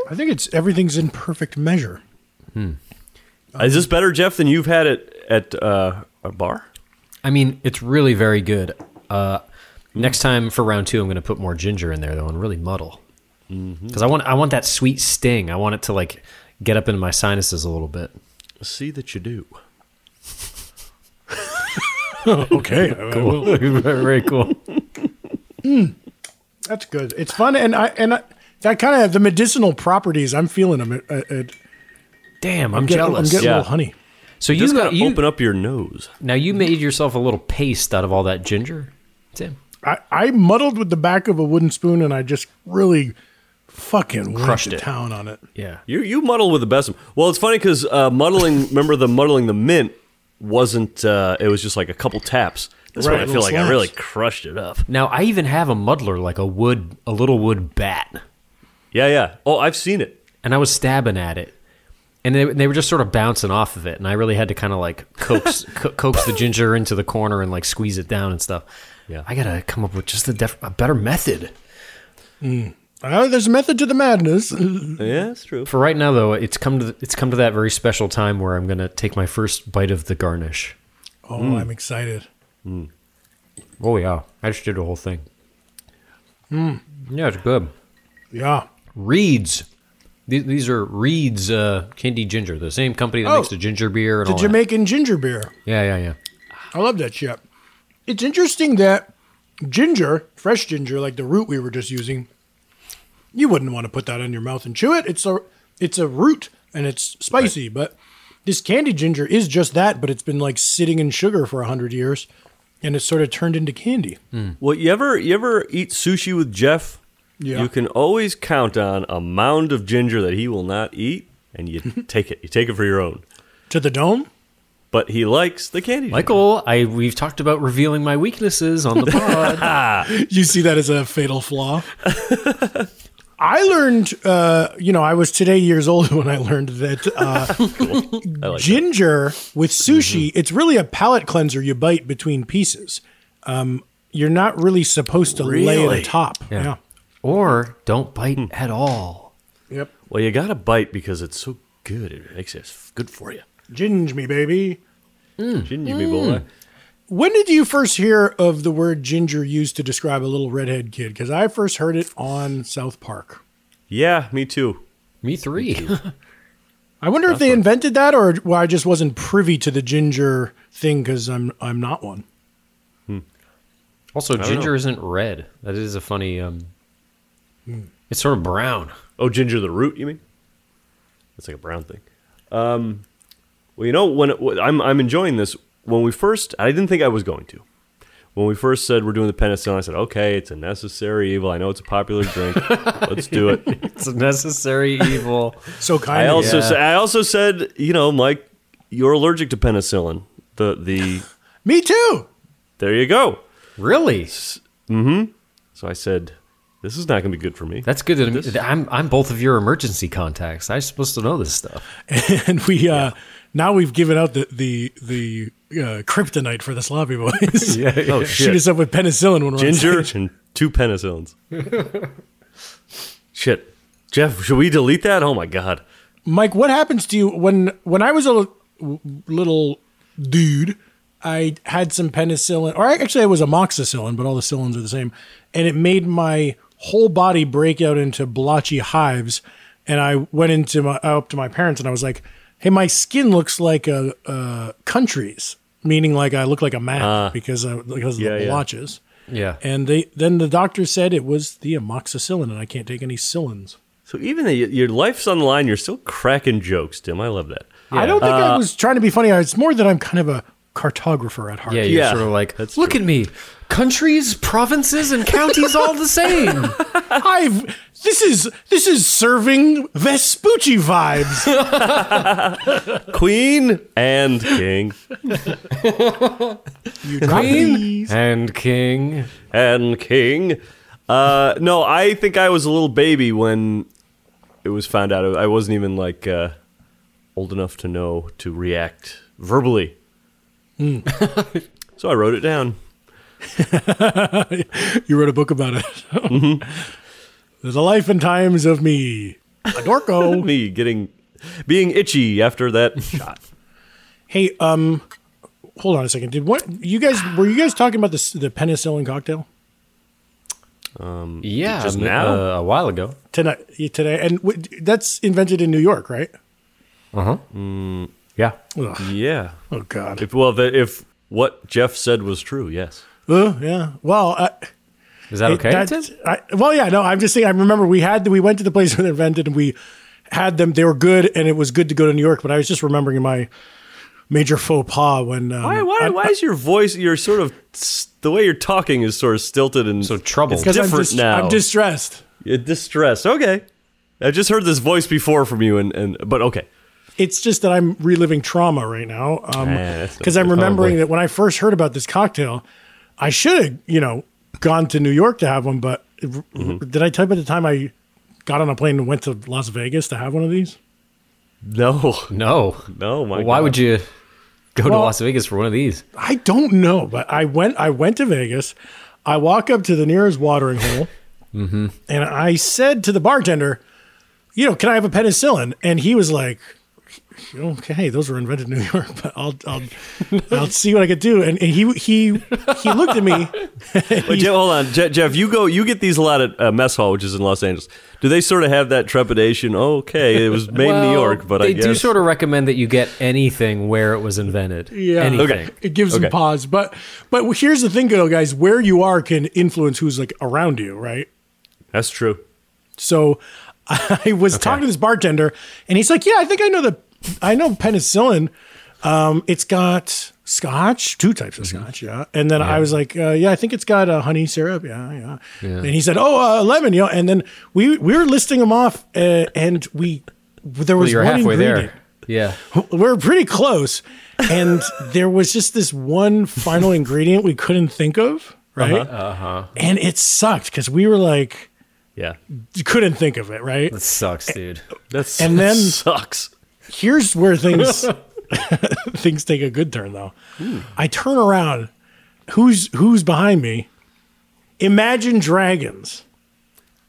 [SPEAKER 3] I think it's everything's in perfect measure.
[SPEAKER 2] Is this better, Jeff, than you've had it at uh, a bar?
[SPEAKER 1] I mean, it's really very good. Uh, next time for round two, I'm going to put more ginger in there though, and really muddle
[SPEAKER 2] Mm-hmm.
[SPEAKER 1] because I want I want that sweet sting. I want it to like get up into my sinuses a little bit.
[SPEAKER 2] See that you do.
[SPEAKER 3] Okay,
[SPEAKER 1] very cool.
[SPEAKER 3] that's good. It's fun, and I and I, that kind of the medicinal properties. I'm feeling them. It, it, it-
[SPEAKER 1] Damn, I'm,
[SPEAKER 3] I'm getting, I'm
[SPEAKER 1] jealous.
[SPEAKER 3] getting a
[SPEAKER 2] Yeah.
[SPEAKER 3] little honey.
[SPEAKER 1] So you,
[SPEAKER 2] Just gotta
[SPEAKER 1] you
[SPEAKER 2] open up your nose.
[SPEAKER 1] now you made yourself a little paste out of all that ginger, Tim.
[SPEAKER 3] I, I muddled with the back of a wooden spoon, and I just really fucking crushed
[SPEAKER 1] Crushed
[SPEAKER 3] went to
[SPEAKER 1] it.
[SPEAKER 3] town on it.
[SPEAKER 1] Yeah.
[SPEAKER 2] You you muddle with the best. of 'em. Well, it's funny because uh, muddling. remember the muddling the mint wasn't. Uh, it was just like a couple taps. This
[SPEAKER 3] Right,
[SPEAKER 2] one I feel
[SPEAKER 3] little
[SPEAKER 2] like I
[SPEAKER 3] slaps.
[SPEAKER 2] really crushed it up.
[SPEAKER 1] Now I even have a muddler, like a wood, a little wood bat,
[SPEAKER 2] Yeah, yeah. Oh, I've seen it.
[SPEAKER 1] and I was stabbing at it, and they, they were just sort of bouncing off of it, and I really had to kind of like coax co- coax the ginger into the corner and like squeeze it down and stuff. Yeah, I gotta come up with just a, def- a better method.
[SPEAKER 3] Uh, there's a method to the madness. Oh,
[SPEAKER 2] Yeah, that's true.
[SPEAKER 1] For right now, though, it's come to the, it's come to that very special time where I'm gonna take my first bite of the garnish.
[SPEAKER 3] Oh,
[SPEAKER 1] Mm.
[SPEAKER 3] I'm excited.
[SPEAKER 1] Oh yeah, I just did the whole thing. Mm. Yeah, it's good. Oh,
[SPEAKER 3] Yeah.
[SPEAKER 1] Reeds. These, these are Reeds uh, Candy Ginger, the same company that
[SPEAKER 3] Oh,
[SPEAKER 1] makes the ginger beer and
[SPEAKER 3] The
[SPEAKER 1] all that.
[SPEAKER 3] Jamaican ginger beer.
[SPEAKER 1] Yeah, yeah, yeah.
[SPEAKER 3] I love that shit. It's interesting that ginger, fresh ginger, like the root we were just using, you wouldn't want to put that in your mouth and chew it. It's a it's a root and it's spicy, but this candy ginger is just that, but it's been like sitting in sugar for a hundred years and it's sort of turned into candy.
[SPEAKER 2] Well, you ever you ever eat sushi with Jeff?
[SPEAKER 3] Yeah.
[SPEAKER 2] You can always count on a mound of ginger that he will not eat, and you take it. You take it for your own.
[SPEAKER 3] To the dome?
[SPEAKER 2] But he likes the candy. ginger.
[SPEAKER 1] Michael, I we've talked about revealing my weaknesses on the pod.
[SPEAKER 3] you see that as a fatal flaw. I learned, uh, you know, I was today years old when I learned that uh, ginger with sushi, it's really a palate cleanser you bite between pieces. Um, you're not really supposed to lay it
[SPEAKER 2] Really?
[SPEAKER 3] atop. Yeah.
[SPEAKER 1] or don't bite at all.
[SPEAKER 3] Yep.
[SPEAKER 2] Well, you gotta bite because it's so good. It makes it good for you.
[SPEAKER 3] Ginge me, baby. Hmm.
[SPEAKER 2] Shouldn't you be boy?
[SPEAKER 3] When did you first hear of the word ginger used to describe a little redhead kid? Because I first heard it on South Park.
[SPEAKER 2] Yeah, me too.
[SPEAKER 1] Me three.
[SPEAKER 3] I wonder if they invented that, or well, I just wasn't privy to the ginger thing because I'm I'm not one.
[SPEAKER 1] also, ginger isn't red. That is a funny. Um, It's sort of brown.
[SPEAKER 2] Oh, ginger the root, you mean? That's like a brown thing. Um, well, you know, when it, wh- I'm I'm enjoying this. When we first, I didn't think I was going to. When we first said we're doing the penicillin, I said, "Okay, it's a necessary evil. I know it's a popular drink. Let's do it."
[SPEAKER 1] It's a necessary evil.
[SPEAKER 3] So kind.
[SPEAKER 2] I
[SPEAKER 3] of
[SPEAKER 2] also
[SPEAKER 1] Yeah.
[SPEAKER 2] sa- I also said, you know, Mike, you're allergic to penicillin. The the
[SPEAKER 3] Me too.
[SPEAKER 2] there you go.
[SPEAKER 1] really?
[SPEAKER 2] So I said, "This is not going to be good for me."
[SPEAKER 1] That's good. That I'm, I'm I'm both of your emergency contacts. I'm supposed to know this stuff.
[SPEAKER 3] And we uh, now we've given out the the the uh, kryptonite for the sloppy boys. yeah,
[SPEAKER 2] oh
[SPEAKER 3] Shoot us up with penicillin when we're on
[SPEAKER 2] ginger
[SPEAKER 3] stage.
[SPEAKER 2] and two penicillins. Shit, Jeff, should we delete that? Oh my god.
[SPEAKER 3] Mike, what happens to you when when I was a l- w- little dude? I had some penicillin, or actually, I was amoxicillin, but all the cillins are the same, and it made my whole body break out into blotchy hives. and I went into my up to my parents and I was like, "Hey, my skin looks like a, uh countries, meaning like I look like a map because I, because of
[SPEAKER 2] Ah. yeah,
[SPEAKER 3] the
[SPEAKER 2] yeah.
[SPEAKER 3] blotches."
[SPEAKER 1] Yeah.
[SPEAKER 3] And they then the doctor said it was the amoxicillin, and I can't take any cillins.
[SPEAKER 2] So even though y- your life's on the line, you're still cracking jokes, Tim. I love that.
[SPEAKER 3] I don't think I was trying to be funny. It's more that I'm kind of a cartographer at heart.
[SPEAKER 1] yeah, you're
[SPEAKER 2] Yeah,
[SPEAKER 1] sort of like,
[SPEAKER 2] that's
[SPEAKER 1] look at me. Countries, provinces, and counties all the same.
[SPEAKER 3] I've this is this is serving Vespucci vibes.
[SPEAKER 2] Queen and king
[SPEAKER 3] You drop these.
[SPEAKER 1] and king.
[SPEAKER 2] and king. Uh, no, I think I was a little baby when it was found out. I wasn't even like uh, old enough to know to react verbally. so I wrote it down.
[SPEAKER 3] You wrote a book about it. the life and times of me, Adorco.
[SPEAKER 2] Me getting being itchy after that shot.
[SPEAKER 3] hey, um, hold on a second. Did what you guys were you guys talking about this the penicillin cocktail
[SPEAKER 1] Yeah.
[SPEAKER 2] Just
[SPEAKER 1] m-
[SPEAKER 2] now?
[SPEAKER 1] uh, a while ago.
[SPEAKER 3] tonight today? And w- that's invented in New York, right?
[SPEAKER 2] Uh-huh.
[SPEAKER 1] Mm, Yeah.
[SPEAKER 3] Ugh.
[SPEAKER 2] Yeah.
[SPEAKER 3] Oh God.
[SPEAKER 2] If well, the, if what Jeff said was true, yes.
[SPEAKER 3] Ugh, yeah. Well, uh,
[SPEAKER 1] Is that okay?
[SPEAKER 3] It- that- I, well, yeah, no, I'm just saying. I remember we had we went to the place where they invented, and we had them. They were good, and it was good to go to New York. But I was just remembering my major faux pas when um,
[SPEAKER 2] Why? Why?
[SPEAKER 3] I-
[SPEAKER 2] why is your voice? Your sort of the way you're talking is sort of stilted and
[SPEAKER 1] so trouble.
[SPEAKER 2] It's
[SPEAKER 3] because I'm,
[SPEAKER 2] different
[SPEAKER 3] dis-
[SPEAKER 2] now.
[SPEAKER 3] I'm distressed.
[SPEAKER 2] You're distressed. Okay, I just heard this voice before from you, and, and but okay.
[SPEAKER 3] It's just that I'm reliving trauma right now
[SPEAKER 2] that's
[SPEAKER 3] because
[SPEAKER 2] not
[SPEAKER 3] I'm
[SPEAKER 2] good. Oh,
[SPEAKER 3] remembering
[SPEAKER 2] Probably.
[SPEAKER 3] that when I first heard about this cocktail, I should have you know gone to New York to have one. But
[SPEAKER 2] Mm-hmm.
[SPEAKER 3] did I tell you about the time I got on a plane and went to Las Vegas to have one of these?
[SPEAKER 2] No,
[SPEAKER 1] no.
[SPEAKER 2] no. Oh My
[SPEAKER 1] Why
[SPEAKER 2] God.
[SPEAKER 1] would you go to
[SPEAKER 3] Well-
[SPEAKER 1] Las Vegas for one of these?
[SPEAKER 3] I don't know, but I went. I went to Vegas. I walk up to the nearest watering hole,
[SPEAKER 2] Mm-hmm.
[SPEAKER 3] and I said to the bartender, "You know, can I have a penicillin?" And he was like, "Okay, those were invented in New York, but I'll I'll, I'll see what I could do." And, and he he he looked at me.
[SPEAKER 2] Wait, Jeff, hold on, Je- Jeff. You go. You get these a lot at uh, mess hall, which is in Los Angeles. Do they sort of have that trepidation? Oh, okay, it was made in
[SPEAKER 1] Well,
[SPEAKER 2] New York, but
[SPEAKER 1] they
[SPEAKER 2] I guess
[SPEAKER 1] do sort of recommend that you get anything where it was invented.
[SPEAKER 3] Yeah.
[SPEAKER 1] Anything.
[SPEAKER 2] Okay.
[SPEAKER 3] It gives them
[SPEAKER 2] Okay.
[SPEAKER 3] pause, but but here's the thing, though, guys: where you are can influence who's like around you, right?
[SPEAKER 2] that's true.
[SPEAKER 3] So I was talking to this bartender, and he's like, "Yeah, I think I know the, I know penicillin. Um, it's got scotch, two types of scotch, Mm-hmm. yeah." And then I was like, uh, "Yeah, I think it's got uh, honey syrup, yeah, yeah." And he said, "Oh, uh, lemon, yeah." And then we we were listing them off, uh, and we there was
[SPEAKER 1] You're
[SPEAKER 3] one
[SPEAKER 1] halfway
[SPEAKER 3] ingredient.
[SPEAKER 1] there. Yeah.
[SPEAKER 3] We're pretty close, and there was just this one final ingredient we couldn't think of, right? Uh-huh. And it sucked because we were like
[SPEAKER 2] Yeah,
[SPEAKER 3] couldn't think of it, right?
[SPEAKER 1] That sucks, dude.
[SPEAKER 2] that's
[SPEAKER 3] And
[SPEAKER 2] that
[SPEAKER 3] then-
[SPEAKER 2] sucks.
[SPEAKER 3] Here's where things things take a good turn though. I turn around. Who's who's behind me? Imagine Dragons.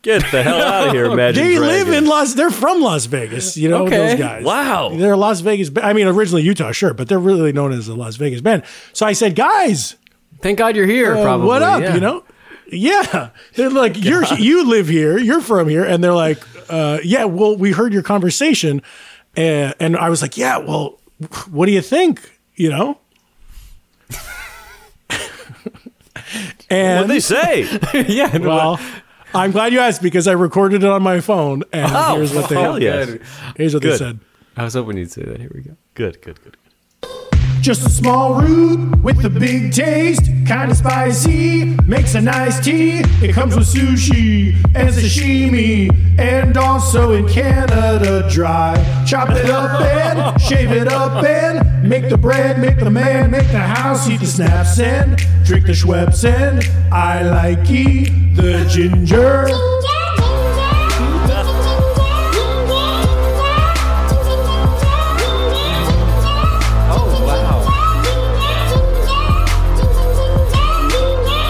[SPEAKER 2] Get the hell out of here, Imagine
[SPEAKER 3] They
[SPEAKER 2] Dragons.
[SPEAKER 3] live in Las. They're from Las Vegas. You know
[SPEAKER 1] Okay.
[SPEAKER 3] those guys.
[SPEAKER 2] Wow.
[SPEAKER 3] They're a Las Vegas. ba- I mean, originally Utah, sure, but they're really known as the Las Vegas band. So I said, guys,
[SPEAKER 1] Thank God you're here,
[SPEAKER 3] uh,
[SPEAKER 1] probably.
[SPEAKER 3] what up?
[SPEAKER 1] yeah.
[SPEAKER 3] You know. Yeah, they're like you're you live here, you're from here, and they're like, uh, yeah, well, we heard your conversation, and, and I was like, yeah, well, what do you think? You know,
[SPEAKER 2] What
[SPEAKER 3] and
[SPEAKER 2] they say?
[SPEAKER 1] yeah.
[SPEAKER 3] well, I'm glad you asked because I recorded it on my phone, and
[SPEAKER 2] Oh,
[SPEAKER 3] here's what they
[SPEAKER 2] hell yes.
[SPEAKER 3] here's what they
[SPEAKER 2] Good.
[SPEAKER 3] said.
[SPEAKER 1] I was hoping you'd say that. Here we go.
[SPEAKER 2] Good, good, good.
[SPEAKER 3] Just a small root with a big taste, kind of spicy, makes a nice tea. It comes with sushi and sashimi, and also in Canada dry. Chop it up and shave it up and make the bread, make the man, make the house, eat the snaps and drink the Schweppes and I like e the ginger.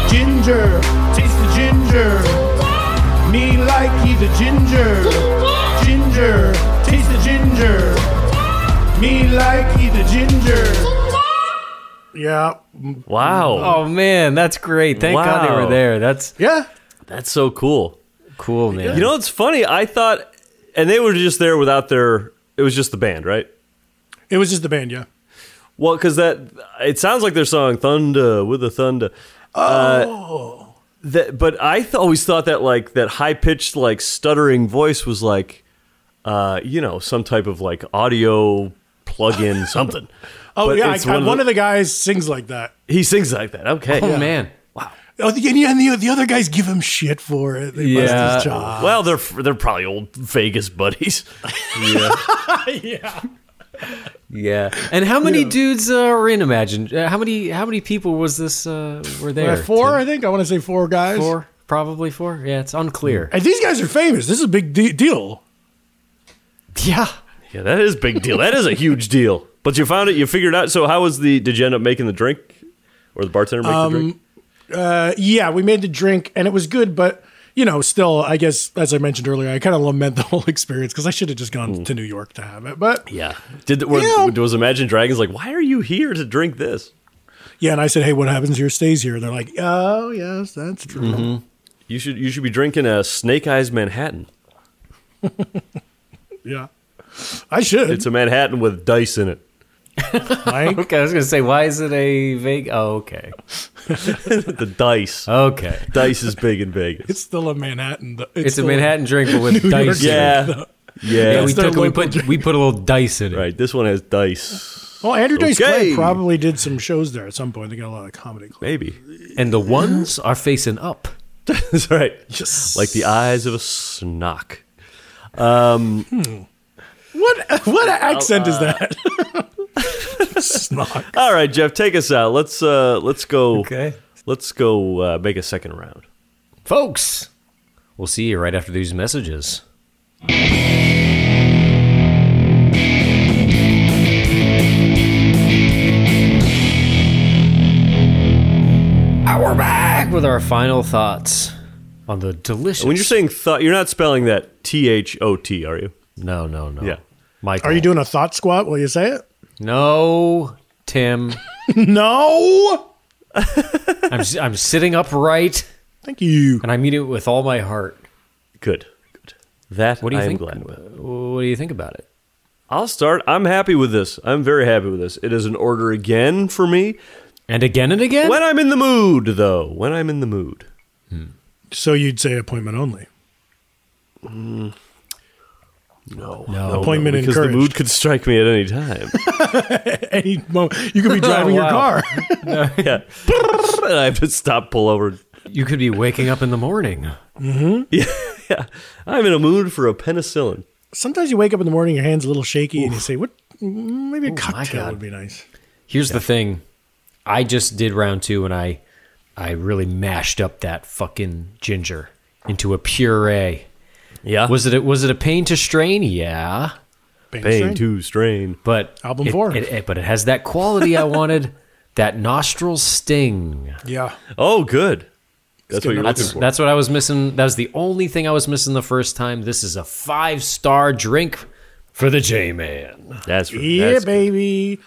[SPEAKER 3] Ginger, taste the ginger. Me like ye the ginger. Ginger, taste the ginger. Me like ye the ginger. Yeah.
[SPEAKER 2] Wow,
[SPEAKER 1] Oh man, that's great. Thank God they
[SPEAKER 2] Wow.
[SPEAKER 1] were there. That's
[SPEAKER 3] Yeah.
[SPEAKER 2] that's so cool.
[SPEAKER 1] cool, man.
[SPEAKER 2] You know, it's funny. I thought and they were just there without their. It was just the band, right?
[SPEAKER 3] It was just the band, yeah.
[SPEAKER 2] Well, because that it sounds like their song "Thunder with the Thunder." Oh. that, but I th- always thought that like that high pitched like stuttering voice was like, uh, you know, some type of like audio plug-in something.
[SPEAKER 3] Oh
[SPEAKER 2] But
[SPEAKER 3] yeah, I,
[SPEAKER 2] it's
[SPEAKER 3] one, of
[SPEAKER 2] the-
[SPEAKER 3] the guys sings like that.
[SPEAKER 2] he sings like that. Okay.
[SPEAKER 1] Oh man,
[SPEAKER 3] Oh, the, and, yeah, and the, the other guys give him shit for it. They bust
[SPEAKER 1] Yeah.
[SPEAKER 3] his job.
[SPEAKER 2] Well, they're they're probably old Vegas buddies.
[SPEAKER 1] yeah. And how many dudes uh, were in Imagine? Uh, How many how many people was this? Uh, were there
[SPEAKER 3] Uh, four,
[SPEAKER 1] Ten-
[SPEAKER 3] I think. I want to say four guys.
[SPEAKER 1] four, probably four. Yeah, it's unclear.
[SPEAKER 3] And these guys are famous. This is a big de- deal.
[SPEAKER 1] Yeah,
[SPEAKER 2] Yeah, that is a big deal. That is a huge deal. But you found it. You figured out. So how was the? Did you end up making the drink, or the bartender make the drink?
[SPEAKER 3] Uh, yeah, we made the drink and it was good, but you know, still, I guess as I mentioned earlier, I kind of lament the whole experience because I should have just gone to New York to have it. But
[SPEAKER 2] Yeah. Did the, were,
[SPEAKER 3] Yeah.
[SPEAKER 2] was Imagine Dragons like? Why are you here to drink this?
[SPEAKER 3] yeah, and I said, hey, what happens here stays here, and they're like, oh yes, that's true.
[SPEAKER 2] You should you should be drinking a Snake Eyes Manhattan.
[SPEAKER 3] Yeah, I should.
[SPEAKER 2] It's a Manhattan with dice in it.
[SPEAKER 3] Mike.
[SPEAKER 1] Okay, I was gonna say, why is it a vague? Oh, okay,
[SPEAKER 2] The dice.
[SPEAKER 1] okay.
[SPEAKER 2] Dice is big in Vegas.
[SPEAKER 3] It's still a Manhattan. though.
[SPEAKER 1] It's a
[SPEAKER 3] still-
[SPEAKER 1] Manhattan drink, but with dice. in it.
[SPEAKER 2] Yeah.
[SPEAKER 1] yeah.
[SPEAKER 2] Yeah.
[SPEAKER 1] We
[SPEAKER 3] their
[SPEAKER 1] took, we
[SPEAKER 3] local
[SPEAKER 1] put we put a little dice in it.
[SPEAKER 2] Right. This one has dice.
[SPEAKER 3] Well, Andrew Dice
[SPEAKER 2] Okay.
[SPEAKER 3] Clay probably did some shows there at some point. They got a lot of comedy. clubs.
[SPEAKER 2] Maybe.
[SPEAKER 1] And the ones are facing up.
[SPEAKER 2] That's right. Like the eyes of a snock.
[SPEAKER 3] What what accent is that? Snock.
[SPEAKER 2] All right, Jeff, take us out. Let's uh let's go.
[SPEAKER 1] Okay.
[SPEAKER 2] Let's go uh, make a second round.
[SPEAKER 1] Folks, we'll see you right after these messages. And We're back with our final thoughts on the delicious.
[SPEAKER 2] When you're saying thought, you're not spelling that T H O T, are you?
[SPEAKER 1] no, no, no,
[SPEAKER 2] Yeah.
[SPEAKER 1] Michael,
[SPEAKER 3] Are you doing a thought squat while you say it?
[SPEAKER 1] no, Tim?
[SPEAKER 3] No.
[SPEAKER 1] I'm s- I'm sitting upright
[SPEAKER 3] Thank you.
[SPEAKER 1] and I mean it with all my heart.
[SPEAKER 2] Good. Good. That
[SPEAKER 1] What do you
[SPEAKER 2] I
[SPEAKER 1] think?
[SPEAKER 2] am glad with.
[SPEAKER 1] What do you think about it?
[SPEAKER 2] I'll start. I'm happy with this. I'm very happy with this. It is an order again for me.
[SPEAKER 1] And again and again.
[SPEAKER 2] When I'm in the mood, though. When I'm in the mood.
[SPEAKER 3] So you'd say appointment only.
[SPEAKER 2] No.
[SPEAKER 1] No.
[SPEAKER 3] Appointment
[SPEAKER 2] because the
[SPEAKER 3] encouraged.
[SPEAKER 2] mood could strike me at any time.
[SPEAKER 3] Any moment you could be driving your
[SPEAKER 1] Wow.
[SPEAKER 3] car.
[SPEAKER 2] yeah. and I have to stop, pull over.
[SPEAKER 1] You could be waking up in the morning.
[SPEAKER 2] Yeah. I'm in a mood for a penicillin.
[SPEAKER 3] Sometimes you wake up in the morning, your hand's a little shaky, and you say, "What? mm, Maybe a cocktail
[SPEAKER 1] God.
[SPEAKER 3] would be nice."
[SPEAKER 1] Here's the thing. I just did round two and I I really mashed up that fucking ginger into a puree.
[SPEAKER 2] Yeah.
[SPEAKER 1] Was it a, was it a pain to strain? Yeah,
[SPEAKER 2] pain
[SPEAKER 3] strain.
[SPEAKER 2] to strain.
[SPEAKER 1] but
[SPEAKER 3] Album
[SPEAKER 1] it-
[SPEAKER 3] four.
[SPEAKER 1] It, it- but it has that quality I wanted. That nostril sting.
[SPEAKER 3] Yeah.
[SPEAKER 2] Oh, good. That's what you're looking
[SPEAKER 1] That's
[SPEAKER 2] for.
[SPEAKER 1] that's what I was missing. That was the only thing I was missing the first time. This is a five star drink for the J man.
[SPEAKER 2] That's right.
[SPEAKER 3] Yeah,
[SPEAKER 2] That's good.
[SPEAKER 3] baby.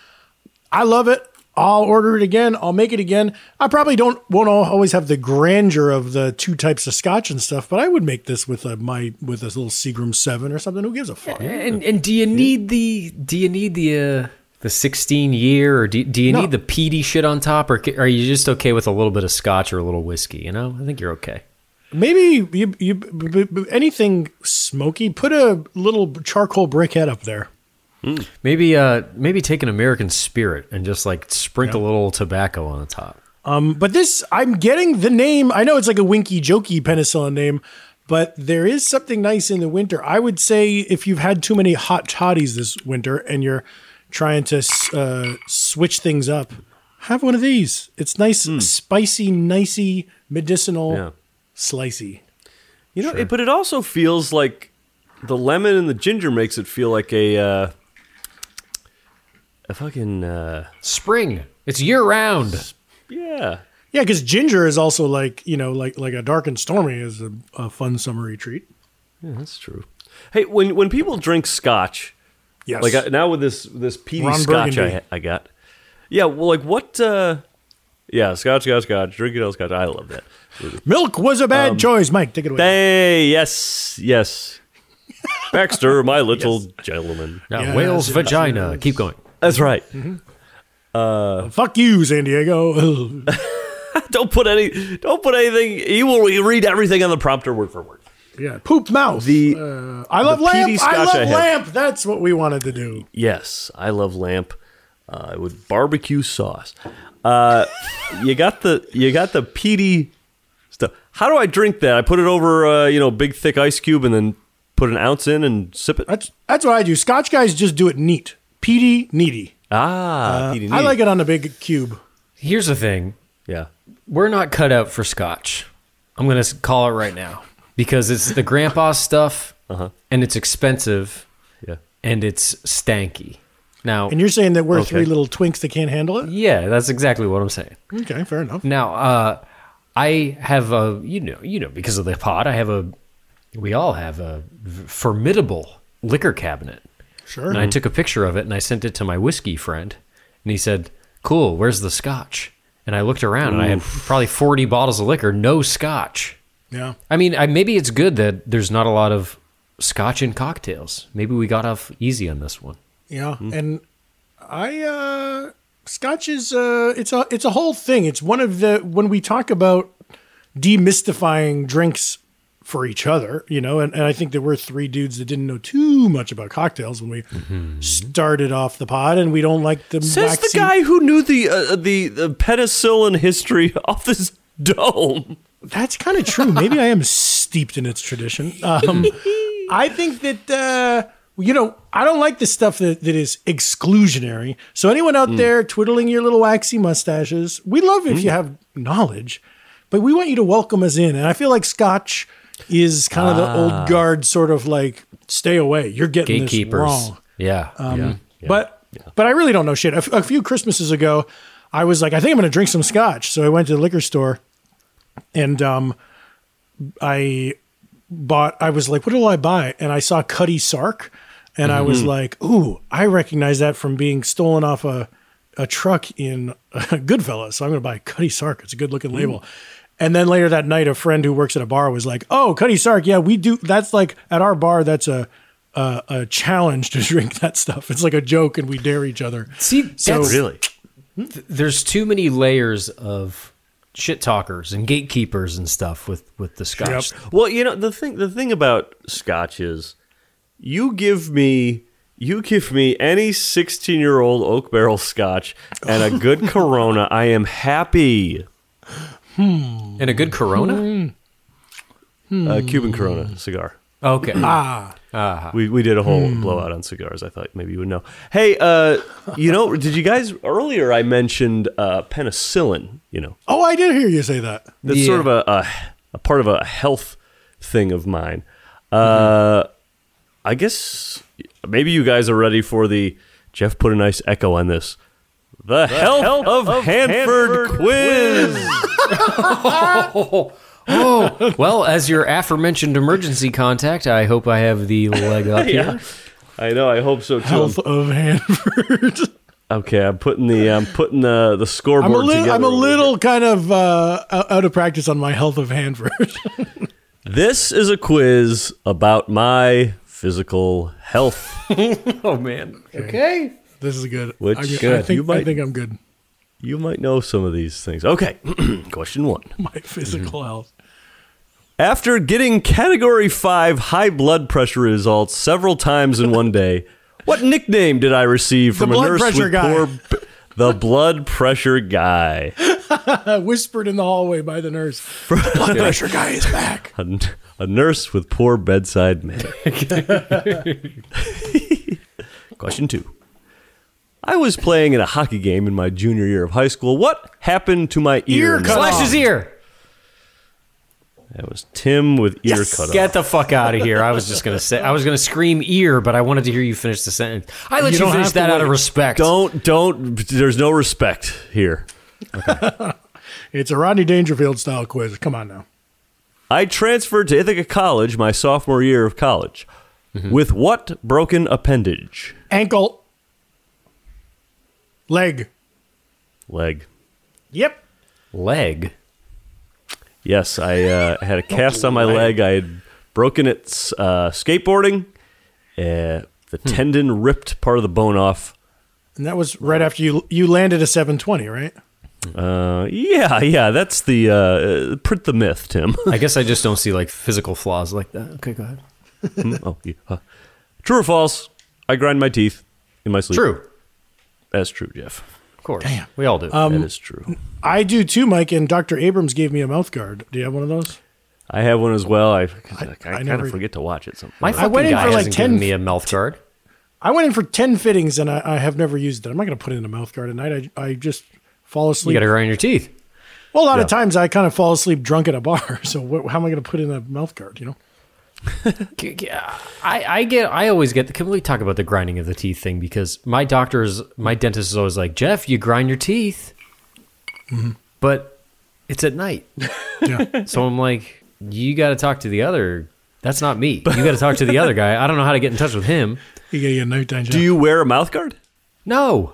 [SPEAKER 3] I love it. I'll order it again. I'll make it again. I probably don't won't al- always have the grandeur of the two types of scotch and stuff, but I would make this with a my with a little Seagram Seven or something. Who gives a fuck?
[SPEAKER 1] And and do you need the do you need the uh, the sixteen year or do, do you
[SPEAKER 3] No.
[SPEAKER 1] need the peaty shit on top or ca- are you just okay with a little bit of scotch or a little whiskey? You know, I think you're okay.
[SPEAKER 3] Maybe you, you b- b- b- anything smoky. Put a little charcoal briquette up there.
[SPEAKER 1] Maybe uh maybe take an American spirit and just like sprinkle a little tobacco on the top.
[SPEAKER 3] Um, but this, I'm getting the name. I know it's like a winky jokey penicillin name, but there is something nice in the winter. I would say if you've had too many hot toddies this winter and you're trying to uh, switch things up, have one of these. It's nice, spicy, nicey, medicinal,
[SPEAKER 2] Hmm. Yeah.
[SPEAKER 3] slicey.
[SPEAKER 2] You know, it, but it also feels like the lemon and the ginger makes it feel like a uh, a fucking uh,
[SPEAKER 1] Spring. It's year round.
[SPEAKER 2] yeah.
[SPEAKER 3] Yeah, because ginger is also like you know, like like a dark and stormy is a, a fun summery treat.
[SPEAKER 2] Yeah, that's true. Hey, when when people drink scotch,
[SPEAKER 3] Yes,
[SPEAKER 2] like uh, I, now with this this peaty
[SPEAKER 3] Ron
[SPEAKER 2] scotch I,
[SPEAKER 3] Burgundy.
[SPEAKER 2] I got, yeah. Well, like what? uh Yeah, scotch, scotch, scotch. Drink it all, scotch. I love that. um,
[SPEAKER 3] milk was a bad choice. Mike, take it away.
[SPEAKER 2] Hey, yes, yes. Baxter, my little gentleman.
[SPEAKER 1] Now,
[SPEAKER 3] Yeah, Mm-hmm.
[SPEAKER 1] whale's
[SPEAKER 3] yes,
[SPEAKER 1] vagina.
[SPEAKER 3] yes.
[SPEAKER 1] Keep going.
[SPEAKER 2] That's right.
[SPEAKER 3] Fuck you, San Diego.
[SPEAKER 2] Don't put any. Don't put anything. He will read everything on the prompter word for word.
[SPEAKER 3] yeah, poop mouth.
[SPEAKER 2] The-
[SPEAKER 3] uh, I love
[SPEAKER 2] the PD
[SPEAKER 3] lamp.
[SPEAKER 2] scotch
[SPEAKER 3] I
[SPEAKER 2] I
[SPEAKER 3] love
[SPEAKER 2] had.
[SPEAKER 3] lamp. That's what we wanted to do.
[SPEAKER 2] Yes, I love lamp. Uh, with barbecue sauce. Uh, you got the you got the peaty stuff. How do I drink that? I put it over uh, you know big thick ice cube and then put an ounce in and sip it.
[SPEAKER 3] That's that's what I do. Scotch guys just do it neat. Peaty needy.
[SPEAKER 2] Ah, peaty
[SPEAKER 3] uh, I like it on the big cube.
[SPEAKER 1] Here's the thing.
[SPEAKER 2] Yeah.
[SPEAKER 1] We're not cut out for scotch. I'm going to call it right now because it's the grandpa stuff and it's expensive
[SPEAKER 2] Yeah.
[SPEAKER 1] and it's stanky. Now,
[SPEAKER 3] And you're saying that we're
[SPEAKER 2] Okay. Mm-hmm.
[SPEAKER 3] three little twinks that can't handle it?
[SPEAKER 1] yeah, that's exactly what I'm saying.
[SPEAKER 3] Okay, fair enough.
[SPEAKER 1] Now, uh, I have a you know you know because of the pod, I have a we all have a v- formidable liquor cabinet,
[SPEAKER 3] Sure.
[SPEAKER 1] and I took a picture of it and I sent it to my whiskey friend, and he said, "Cool, where's the scotch?" And I looked around and I had probably forty bottles of liquor, no scotch.
[SPEAKER 2] Mm-hmm.
[SPEAKER 3] Yeah.
[SPEAKER 1] I mean, I, maybe it's good that there's not a lot of scotch in cocktails. Maybe we got off easy on this one.
[SPEAKER 3] Yeah.
[SPEAKER 2] Mm-hmm.
[SPEAKER 3] And I uh Scotch is uh it's a it's a whole thing. It's one of the when we talk about demystifying drinks for each other, you know, and, and I think there were three dudes that didn't know too much about cocktails when we started off the pod and we don't like the
[SPEAKER 2] Mm-hmm. Says
[SPEAKER 3] waxy-
[SPEAKER 2] the guy who knew the uh, the, the penicillin history off this dome.
[SPEAKER 3] That's kind of true. Maybe I am steeped in its tradition. Um, I think that, uh, you know, I don't like the stuff that, that is exclusionary. So, anyone out there twiddling your little waxy mustaches, we love if you have knowledge, but we want you to welcome us in. And I feel like Scotch is kind of the old guard sort of like, stay away. You're getting this
[SPEAKER 1] Gatekeepers,
[SPEAKER 3] wrong.
[SPEAKER 1] yeah, yeah.
[SPEAKER 3] Um, But but I really don't know shit. A, f- a few Christmases ago, I was like, I think I'm going to drink some scotch. So I went to the liquor store, and um, I bought. I was like, what will I buy? And I saw Cuddy Sark, and I
[SPEAKER 2] Mm-hmm.
[SPEAKER 3] was like, ooh, I recognize that from being stolen off a a truck in Goodfellas. So I'm going to buy Cuddy Sark. It's a good looking
[SPEAKER 2] Mm.
[SPEAKER 3] label. And then later that night, a friend who works at a bar was like, "Oh, Cuddy Sark, yeah, we do. That's like at our bar, that's a." A, a challenge to drink that stuff. It's like a joke, and we dare each other.
[SPEAKER 1] See,
[SPEAKER 3] So-
[SPEAKER 1] that's- there's too many layers of shit talkers and gatekeepers and stuff with with the Scotch.
[SPEAKER 2] Well, you know the thing. The thing about scotch is, you give me you give me any sixteen-year-old oak barrel scotch and a good Corona, I am happy.
[SPEAKER 1] And a good Corona.
[SPEAKER 2] Uh, Cuban Corona cigar.
[SPEAKER 1] Okay.
[SPEAKER 3] Mm. Ah.
[SPEAKER 2] We we did a whole blowout on cigars. I thought maybe you would know. Hey, uh, you know, did you guys earlier? I mentioned uh, penicillin. You know,
[SPEAKER 3] Oh, I did hear you say that.
[SPEAKER 2] That's
[SPEAKER 1] Yeah.
[SPEAKER 2] sort of a, a a part of a health thing of mine. Uh, I guess maybe you guys are ready for the Jeff put a nice echo on this. The, health, of, Hanford, quiz.
[SPEAKER 1] well, as your aforementioned emergency contact, I hope I have the leg up here.
[SPEAKER 2] I know. I hope so too.
[SPEAKER 3] Health of Hanford.
[SPEAKER 2] Okay, I'm putting the I'm putting the the scoreboard
[SPEAKER 3] I'm a little,
[SPEAKER 2] together.
[SPEAKER 3] I'm a
[SPEAKER 2] over here.
[SPEAKER 3] little kind of uh, out out of practice on my health of Hanford.
[SPEAKER 2] This is a quiz about my physical health.
[SPEAKER 1] Oh man. Okay.
[SPEAKER 3] this is good.
[SPEAKER 2] Which-
[SPEAKER 3] I, I
[SPEAKER 2] good.
[SPEAKER 3] think,
[SPEAKER 2] You might-
[SPEAKER 3] I think I'm good.
[SPEAKER 2] you might know some of these things. Okay, question one.
[SPEAKER 3] My
[SPEAKER 2] Mm-hmm.
[SPEAKER 3] physical health.
[SPEAKER 2] After getting category 5 high blood pressure results several times in one day, what nickname did I receive from a
[SPEAKER 3] blood
[SPEAKER 2] nurse
[SPEAKER 3] pressure
[SPEAKER 2] with
[SPEAKER 3] guy.
[SPEAKER 2] poor b- the blood pressure guy?
[SPEAKER 3] Uh, whispered in the hallway by the nurse. "The blood pressure guy is back.
[SPEAKER 2] A, n- a nurse with poor bedside manner. Question 2. I was playing in a hockey game in my junior year of high school. What happened to my ear?
[SPEAKER 3] Ear cut
[SPEAKER 1] Slash
[SPEAKER 3] off.
[SPEAKER 1] his ear.
[SPEAKER 2] That was Tim with ear cut off.
[SPEAKER 1] Get the fuck out of here. I was just gonna say I was gonna scream ear, but I wanted to hear you finish the sentence. I let you,
[SPEAKER 3] You don't
[SPEAKER 1] finish
[SPEAKER 3] have to
[SPEAKER 1] that out of
[SPEAKER 3] wait.
[SPEAKER 1] respect.
[SPEAKER 2] Don't don't there's no respect here.
[SPEAKER 3] It's a Rodney Dangerfield style quiz. Come on now.
[SPEAKER 2] I transferred to Ithaca College my sophomore year of college.
[SPEAKER 1] Mm-hmm.
[SPEAKER 2] With what broken appendage?
[SPEAKER 3] Ankle. Leg.
[SPEAKER 2] Leg.
[SPEAKER 3] Yep.
[SPEAKER 1] leg.
[SPEAKER 2] Yes, I uh, had a cast on my leg. I had broken it uh, skateboarding, Uh, the
[SPEAKER 1] Hmm.
[SPEAKER 2] tendon ripped part of the bone off.
[SPEAKER 3] And that was right after you you landed a 720, right?
[SPEAKER 2] Uh, yeah, yeah, that's the uh, uh, print the myth, Tim.
[SPEAKER 1] I guess I just don't see like physical flaws like that. Okay, go ahead.
[SPEAKER 2] oh, yeah. huh. True or false? I grind my teeth in my sleep.
[SPEAKER 1] True.
[SPEAKER 2] That's true, Jeff.
[SPEAKER 1] Of course. We all do.
[SPEAKER 2] that is true.
[SPEAKER 3] I do too, Mike. And Dr. Abrams gave me a mouth guard. Do you have one of those?
[SPEAKER 2] I have one as well. I, I, kind
[SPEAKER 3] never-
[SPEAKER 2] of forget to watch it sometimes.
[SPEAKER 1] My fucking
[SPEAKER 3] went in
[SPEAKER 1] guy
[SPEAKER 3] for, like,
[SPEAKER 1] hasn't
[SPEAKER 3] 10
[SPEAKER 1] given me a mouth guard.
[SPEAKER 3] I went in for 10 fittings and I, I have never used it. I'm not going to put in a mouth guard at night. I, I just fall
[SPEAKER 1] You
[SPEAKER 3] asleep.
[SPEAKER 1] got to grind your teeth.
[SPEAKER 3] well, a lot of times I kind of fall asleep drunk at a bar. So what, how am I going to put in a mouth guard, you know?
[SPEAKER 1] I, I get I always get can we talk about the grinding of the teeth thing because my doctor is my dentist is always like Jeff you grind your teeth but it's at night
[SPEAKER 3] Mm-hmm. Yeah.
[SPEAKER 1] so I'm like you got to talk to the other that's not me you got to talk to the other guy I don't know how to get in touch with him
[SPEAKER 3] You got to get a nighttime job.
[SPEAKER 2] Do you wear a mouth guard?
[SPEAKER 1] no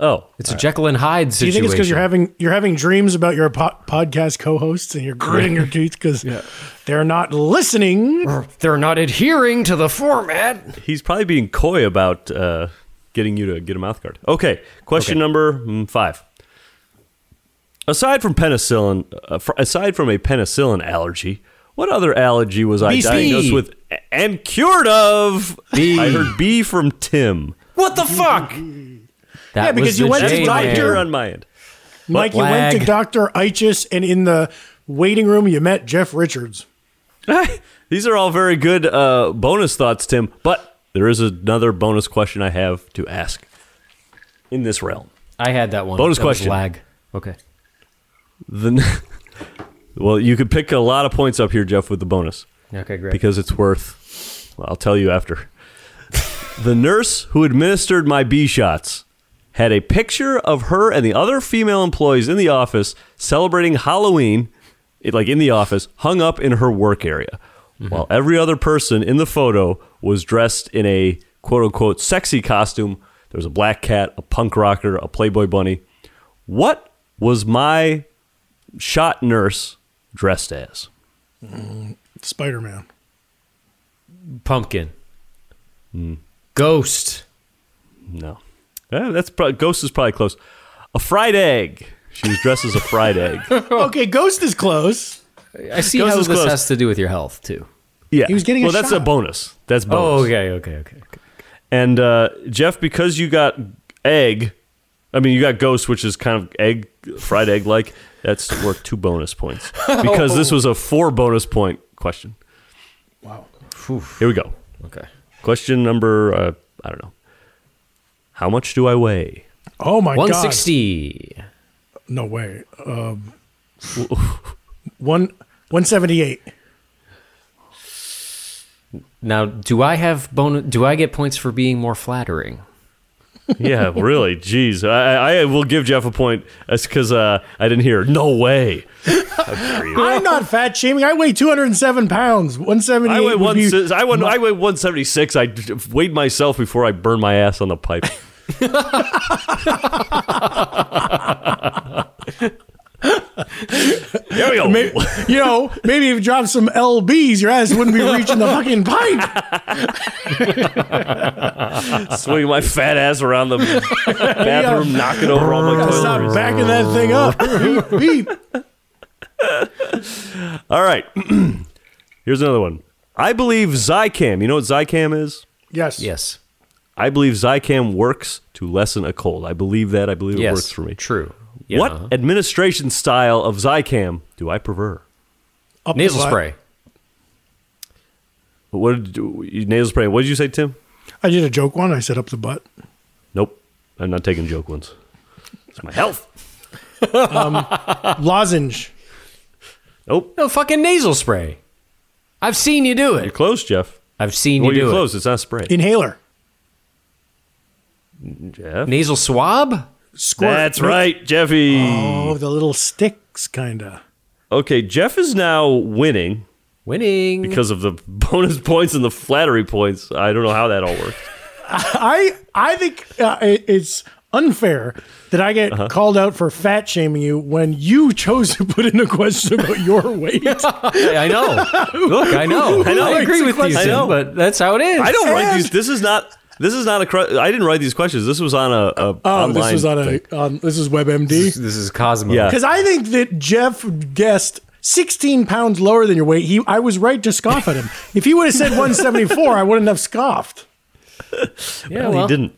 [SPEAKER 2] Oh,
[SPEAKER 1] it's a Jekyll and Hyde
[SPEAKER 3] Do you
[SPEAKER 1] situation
[SPEAKER 3] think it's because you're having you're having dreams about your po- podcast co-hosts and you're gritting your teeth because they're not listening?
[SPEAKER 1] they're not adhering to the format
[SPEAKER 2] he's probably being coy about uh, getting you to get a mouth guard. Okay, question number mm, five. Aside from penicillin, uh, fr- aside from a penicillin allergy, what other allergy was I
[SPEAKER 1] Bees.
[SPEAKER 2] diagnosed with a- and cured of?
[SPEAKER 1] Bee.
[SPEAKER 2] I heard B from Tim.
[SPEAKER 1] what the fuck that
[SPEAKER 3] because
[SPEAKER 1] was
[SPEAKER 3] you
[SPEAKER 1] the
[SPEAKER 3] went to
[SPEAKER 1] J-Man.
[SPEAKER 2] Doctor on my end.
[SPEAKER 3] Mike, you went to
[SPEAKER 1] Lag.
[SPEAKER 3] Doctor Itchis and in the waiting room you met Jeff Richards.
[SPEAKER 2] These are all very good uh, bonus thoughts, Tim, but there is another bonus question I have to ask in this realm.
[SPEAKER 1] I had that one
[SPEAKER 2] Bonus
[SPEAKER 1] That was
[SPEAKER 2] question.
[SPEAKER 1] lag okay
[SPEAKER 2] The, well, you could pick a lot of points up here, Jeff, with the bonus.
[SPEAKER 1] okay great
[SPEAKER 2] because it's worth. Well, I'll tell you after. the nurse who administered my bee shots had a picture of her and the other female employees in the office celebrating Halloween, it- like in the office, hung up in her work area, while every other person in the photo was dressed in a quote unquote sexy costume. There was a black cat, a punk rocker, a Playboy bunny. What was my shot nurse dressed as?
[SPEAKER 3] Spider Man.
[SPEAKER 1] pumpkin Hmm. ghost
[SPEAKER 2] No. Yeah, that's probably, Ghost is probably close. A fried egg. She was dressed as a fried egg.
[SPEAKER 3] Okay, Ghost is close.
[SPEAKER 1] I see
[SPEAKER 2] Goes
[SPEAKER 1] how
[SPEAKER 2] as
[SPEAKER 1] this
[SPEAKER 2] close.
[SPEAKER 1] has to do with your health too.
[SPEAKER 2] Yeah.
[SPEAKER 3] He was getting a
[SPEAKER 2] Well, that's a
[SPEAKER 3] shot.
[SPEAKER 2] bonus. That's bonus.
[SPEAKER 1] Oh, okay, okay, okay. okay.
[SPEAKER 2] And uh, Jeff, because you got egg, I mean, you got ghost, which is kind of egg, fried egg like, that's worth two bonus points. Because
[SPEAKER 3] Oh.
[SPEAKER 2] this was a four bonus point question. Wow. Here we go.
[SPEAKER 1] Okay.
[SPEAKER 2] Question number, uh, I don't know. How much do I weigh?
[SPEAKER 3] Oh my
[SPEAKER 1] One
[SPEAKER 3] god.
[SPEAKER 1] sixty.
[SPEAKER 3] No way. Um, one one seventy eight.
[SPEAKER 1] Now, do I have bonus? Do I get points for being more flattering?
[SPEAKER 2] yeah, really. Jeez, I, I will give Jeff a point. That's because uh, I didn't hear. No way.
[SPEAKER 3] I'm not fat shaming. I weigh two hundred and seven pounds. One seventy eight.
[SPEAKER 2] I weigh one. si- I went. I weigh one seventy six. I d- weighed myself before I burned my ass on the pipe. there we go.
[SPEAKER 3] you know, maybe if you dropped some lbs, your ass wouldn't be reaching the fucking pipe.
[SPEAKER 2] Swing my fat ass around the bathroom, knocking over all
[SPEAKER 1] Oh,
[SPEAKER 2] my toiletries.
[SPEAKER 3] Stop backing that thing up. Beep, beep.
[SPEAKER 2] All right. Here's another one. I believe Zycam. You know what Zycam is?
[SPEAKER 3] Yes.
[SPEAKER 1] Yes.
[SPEAKER 2] I believe Zycam works to lessen a cold. I believe that. I believe it
[SPEAKER 1] yes.
[SPEAKER 2] works for me.
[SPEAKER 1] True. Yeah.
[SPEAKER 2] What
[SPEAKER 1] uh-huh.
[SPEAKER 2] administration style of Zycam do I prefer?
[SPEAKER 3] Up
[SPEAKER 1] Nasal
[SPEAKER 3] the butt.
[SPEAKER 1] spray.
[SPEAKER 2] What did you, you- nasal spray? What did you say, Tim?
[SPEAKER 3] I did a joke one. I said up the butt.
[SPEAKER 2] Nope, I'm not taking joke ones. It's my health.
[SPEAKER 3] Lozenge.
[SPEAKER 2] Nope,
[SPEAKER 1] No fucking nasal spray. I've seen you do
[SPEAKER 2] you're
[SPEAKER 1] it.
[SPEAKER 2] close, Jeff.
[SPEAKER 1] I've seen you
[SPEAKER 2] well,
[SPEAKER 1] do
[SPEAKER 2] you're
[SPEAKER 1] it.
[SPEAKER 2] close. It's not spray,
[SPEAKER 3] Inhaler.
[SPEAKER 2] Jeff.
[SPEAKER 1] Nasal swab.
[SPEAKER 3] Squirt.
[SPEAKER 2] That's right, Jeffy.
[SPEAKER 3] Oh, the little sticks, kind of.
[SPEAKER 2] Okay, Jeff is now winning
[SPEAKER 1] Winning.
[SPEAKER 2] because of the bonus points and the flattery points. I don't know how that all works.
[SPEAKER 3] I I think uh, it- it's unfair that I get called out for fat shaming you when you chose to put in a question about your weight.
[SPEAKER 1] I know. Look, I know. I
[SPEAKER 2] know.
[SPEAKER 1] agree with you,
[SPEAKER 2] I
[SPEAKER 1] Tim,
[SPEAKER 2] know.
[SPEAKER 1] but that's how it is.
[SPEAKER 2] I don't write
[SPEAKER 3] And-
[SPEAKER 2] these. This is not. This is not a. cru- I didn't write these questions. This was on a. a
[SPEAKER 3] Oh,
[SPEAKER 2] online
[SPEAKER 3] this was on
[SPEAKER 2] thing.
[SPEAKER 3] a on, this is WebMD.
[SPEAKER 1] This is Cosmo.
[SPEAKER 2] Yeah.
[SPEAKER 3] Because I think that Jeff guessed 16 pounds lower than your weight. He, I was right to scoff at him. If he would have said 174, I wouldn't have scoffed.
[SPEAKER 1] yeah
[SPEAKER 2] Well,
[SPEAKER 1] well.
[SPEAKER 2] he didn't.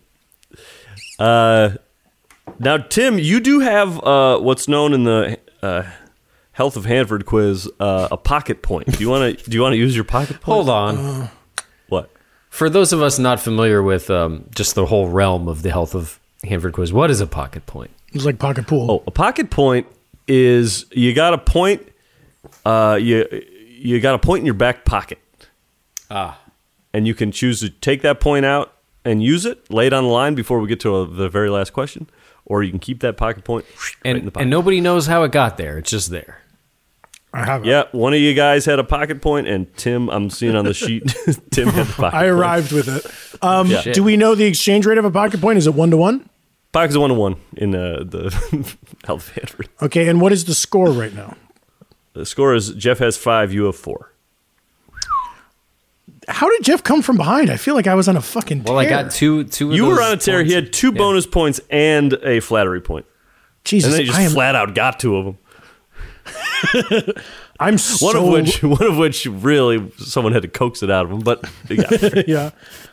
[SPEAKER 2] Uh, now, Tim, you do have uh, what's known in the uh, health of Hanford quiz uh, a pocket point. Do you want to? Do you want to use your pocket point?
[SPEAKER 1] Hold on.
[SPEAKER 2] What?
[SPEAKER 1] For those of us not familiar with um, just the whole realm of the health of Hanford quiz, what is a pocket point?
[SPEAKER 3] It was like pocket pool.
[SPEAKER 2] Oh, a pocket point is you got a point. Uh, you you got a point in your back pocket. Ah. And you can choose to take that point out and use it, lay it on the line before we get to uh the very last question, or you can keep that pocket point right
[SPEAKER 1] And,
[SPEAKER 2] in the pocket.
[SPEAKER 1] and nobody knows how it got there. It's just there.
[SPEAKER 3] I have it.
[SPEAKER 2] Yeah, one of you guys had a pocket point, and Tim, I'm seeing on the sheet, Tim had the pocket
[SPEAKER 3] I
[SPEAKER 2] point.
[SPEAKER 3] arrived with it. Um,
[SPEAKER 2] Yeah.
[SPEAKER 3] Do we know the exchange rate of a pocket point? Is it one to one?
[SPEAKER 2] Pocket's one to one in uh, the health Hanford.
[SPEAKER 3] Okay, and what is the score right now?
[SPEAKER 2] The score is Jeff has five, you have four.
[SPEAKER 3] How did Jeff come from behind? I feel like I was on a fucking
[SPEAKER 1] Well, I
[SPEAKER 3] tear.
[SPEAKER 1] got two. Two. Of
[SPEAKER 2] You
[SPEAKER 1] those
[SPEAKER 2] were on a tear.
[SPEAKER 1] points.
[SPEAKER 2] He had two bonus points and a flattery point, and
[SPEAKER 3] Jesus,
[SPEAKER 2] then he just
[SPEAKER 3] I am,
[SPEAKER 2] flat out got two of them.
[SPEAKER 3] I'm so,
[SPEAKER 2] One of which, one of which, really, someone had to coax it out of him. But they got there.
[SPEAKER 3] yeah.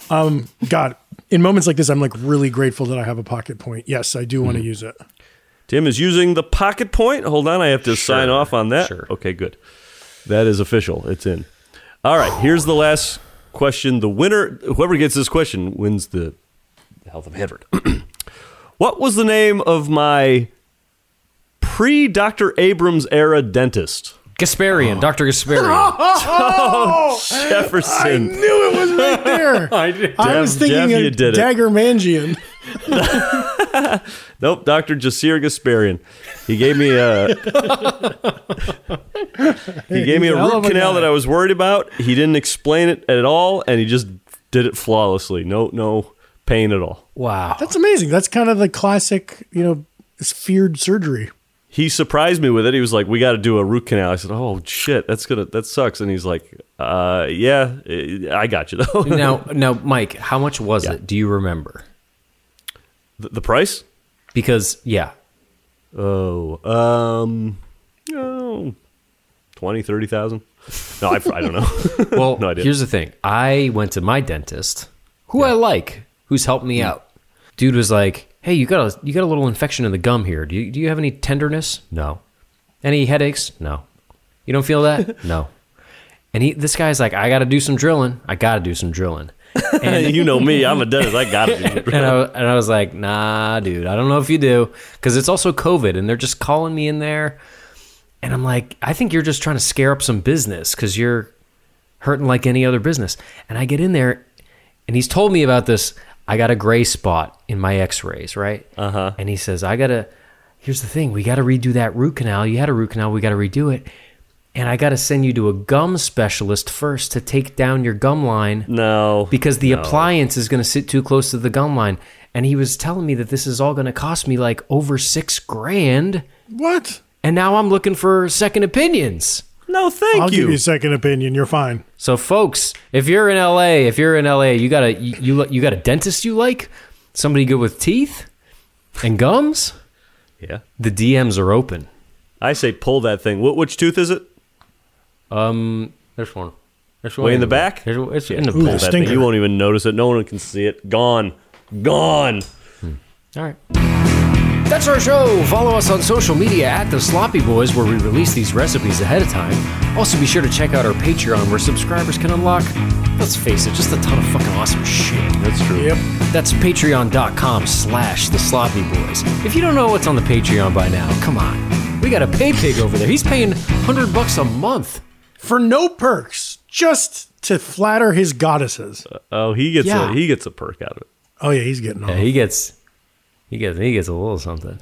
[SPEAKER 3] Um, God, in moments like this, I'm like really grateful that I have a pocket point. Yes, I do want
[SPEAKER 2] Mm-hmm.
[SPEAKER 3] to use it.
[SPEAKER 2] Tim is using the pocket point. Hold on, I have to sign off on that.
[SPEAKER 1] sure.
[SPEAKER 2] Okay, good. That is official. It's in. All right, here's the last question. The winner, whoever gets this question, wins the Health of Hanford. what was the name of my pre Dr. Abrams era dentist? Oh.
[SPEAKER 1] Gasparian, Doctor Gasparian.
[SPEAKER 2] Jefferson.
[SPEAKER 3] knew it was right there. I, was
[SPEAKER 2] Jeff,
[SPEAKER 3] thinking
[SPEAKER 2] you
[SPEAKER 3] of
[SPEAKER 2] did it.
[SPEAKER 3] Dagger Mangian.
[SPEAKER 2] Nope, Dr. Jasir Gasparian. He gave me a He gave me a
[SPEAKER 3] He's a hell
[SPEAKER 2] root
[SPEAKER 3] of a
[SPEAKER 2] canal
[SPEAKER 3] guy.
[SPEAKER 2] that I was worried about. He didn't explain it at all and he just did it flawlessly. No no pain at all.
[SPEAKER 1] wow.
[SPEAKER 3] That's amazing. That's kind of the classic, you know, feared surgery.
[SPEAKER 2] He surprised me with it. He was like, "We got to do a root canal." I said, "Oh shit, that's going to that sucks." And he's like, "Uh yeah, eh, I got you though."
[SPEAKER 1] now, now, Mike, how much was it? Do you remember?
[SPEAKER 2] the, the price?
[SPEAKER 1] Because yeah,
[SPEAKER 2] Oh, um oh, 20, 30,000? No, I, I don't know.
[SPEAKER 1] Well,
[SPEAKER 2] No idea.
[SPEAKER 1] here's the thing. I went to my dentist, who I like, who's helped me out. Dude was like, "Hey, you got a you got a little infection in the gum here. Do you do you have any tenderness? No. Any headaches? No. You don't feel that? no. And he, this guy's like, I got to do some drilling. I got to do some drilling.
[SPEAKER 2] you know me, I'm a dentist. I got it.
[SPEAKER 1] And I, and I was like, Nah, dude, I don't know if you do, because it's also COVID, and they're just calling me in there. And I'm like, I think you're just trying to scare up some business because you're hurting like any other business. And I get in there, and he's told me about this. I got a gray spot in my X-rays, right? Uh huh. And he says, I gotta. Here's the thing: we gotta redo that root canal. You had a root canal. We gotta redo it. And I gotta send you to a gum specialist first to take down your gum line
[SPEAKER 2] No.
[SPEAKER 1] because the appliance is gonna sit too close to the gum line. And he was telling me that this is all gonna cost me like over six grand.
[SPEAKER 3] What?
[SPEAKER 1] And now I'm looking for second opinions.
[SPEAKER 2] no, thank
[SPEAKER 3] I'll
[SPEAKER 2] you.
[SPEAKER 3] give you a second opinion. You're fine.
[SPEAKER 1] So, folks, if you're in LA, if you're in LA, you got a you you, li- you got a dentist you like, somebody good with teeth and gums.
[SPEAKER 2] yeah.
[SPEAKER 1] The DMs are open.
[SPEAKER 2] I say pull that thing. Wh- which tooth is it?
[SPEAKER 1] Um, there's one. There's one
[SPEAKER 2] Way in the back?
[SPEAKER 1] There's, it's in the
[SPEAKER 3] Ooh,
[SPEAKER 1] back.
[SPEAKER 2] That thing.
[SPEAKER 3] stinker.
[SPEAKER 2] You won't even notice it. No one can see it. Gone. Gone.
[SPEAKER 1] All right. That's our show. Follow us on social media at The Sloppy Boys, where we release these recipes ahead of time. Also, be sure to check out our Patreon, where subscribers can unlock, let's face it, just a ton of fucking awesome shit.
[SPEAKER 2] That's true.
[SPEAKER 3] Yep.
[SPEAKER 1] That's patreon.com slash the sloppy boys. If you don't know what's on the Patreon by now, come on. We got a pay pig over there. He's paying 100 bucks a month.
[SPEAKER 3] For no perks, just to flatter his goddesses.
[SPEAKER 2] Oh, he gets
[SPEAKER 1] Yeah.
[SPEAKER 2] a he gets a perk out of it.
[SPEAKER 3] Uh, Oh yeah, he's getting off.
[SPEAKER 1] He gets he gets he gets a little something.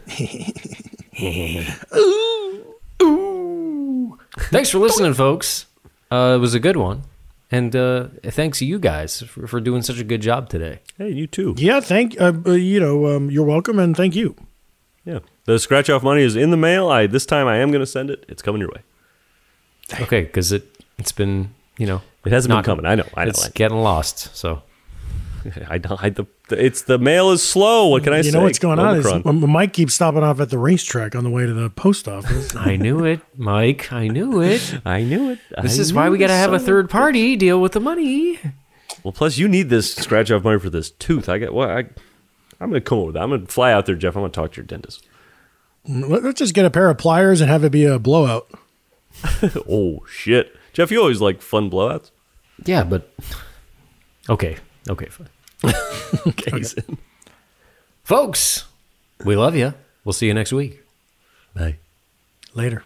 [SPEAKER 1] Thanks for listening, folks. Uh, it was a good one. And uh, thanks to you guys for, for doing such a good job today.
[SPEAKER 2] Hey, you too.
[SPEAKER 3] Yeah, thank uh, uh, you know um, you're welcome and thank you.
[SPEAKER 2] Yeah. The scratch off money is in the mail. I this time I am going to send it. It's coming your way.
[SPEAKER 1] Okay, because it it's been you know
[SPEAKER 2] It hasn't
[SPEAKER 1] Not-
[SPEAKER 2] been coming. I know. I know.
[SPEAKER 1] it's
[SPEAKER 2] I,
[SPEAKER 1] getting lost. So
[SPEAKER 2] I don't. I, the, it's the mail is slow. What can I say?
[SPEAKER 3] you know what's going on is
[SPEAKER 2] Omicron.
[SPEAKER 3] um, Mike keeps stopping off at the racetrack on the way to the post office.
[SPEAKER 1] I knew it, Mike. I knew it.
[SPEAKER 2] I knew it.
[SPEAKER 1] This is why we got to have a third party deal with the money.
[SPEAKER 2] Well, plus you need this scratch off money for this tooth. I got. Well, I, I'm going to come over that. I'm going to fly out there, Jeff. I'm going to talk to your dentist.
[SPEAKER 3] Let- Let's just get a pair of pliers and have it be a blowout.
[SPEAKER 2] Oh shit, Jeff. You always like fun blowouts.
[SPEAKER 1] Yeah, but okay, okay, fine.
[SPEAKER 2] Okay. he's in.
[SPEAKER 1] folks, we love you. We'll see you next week.
[SPEAKER 3] Later.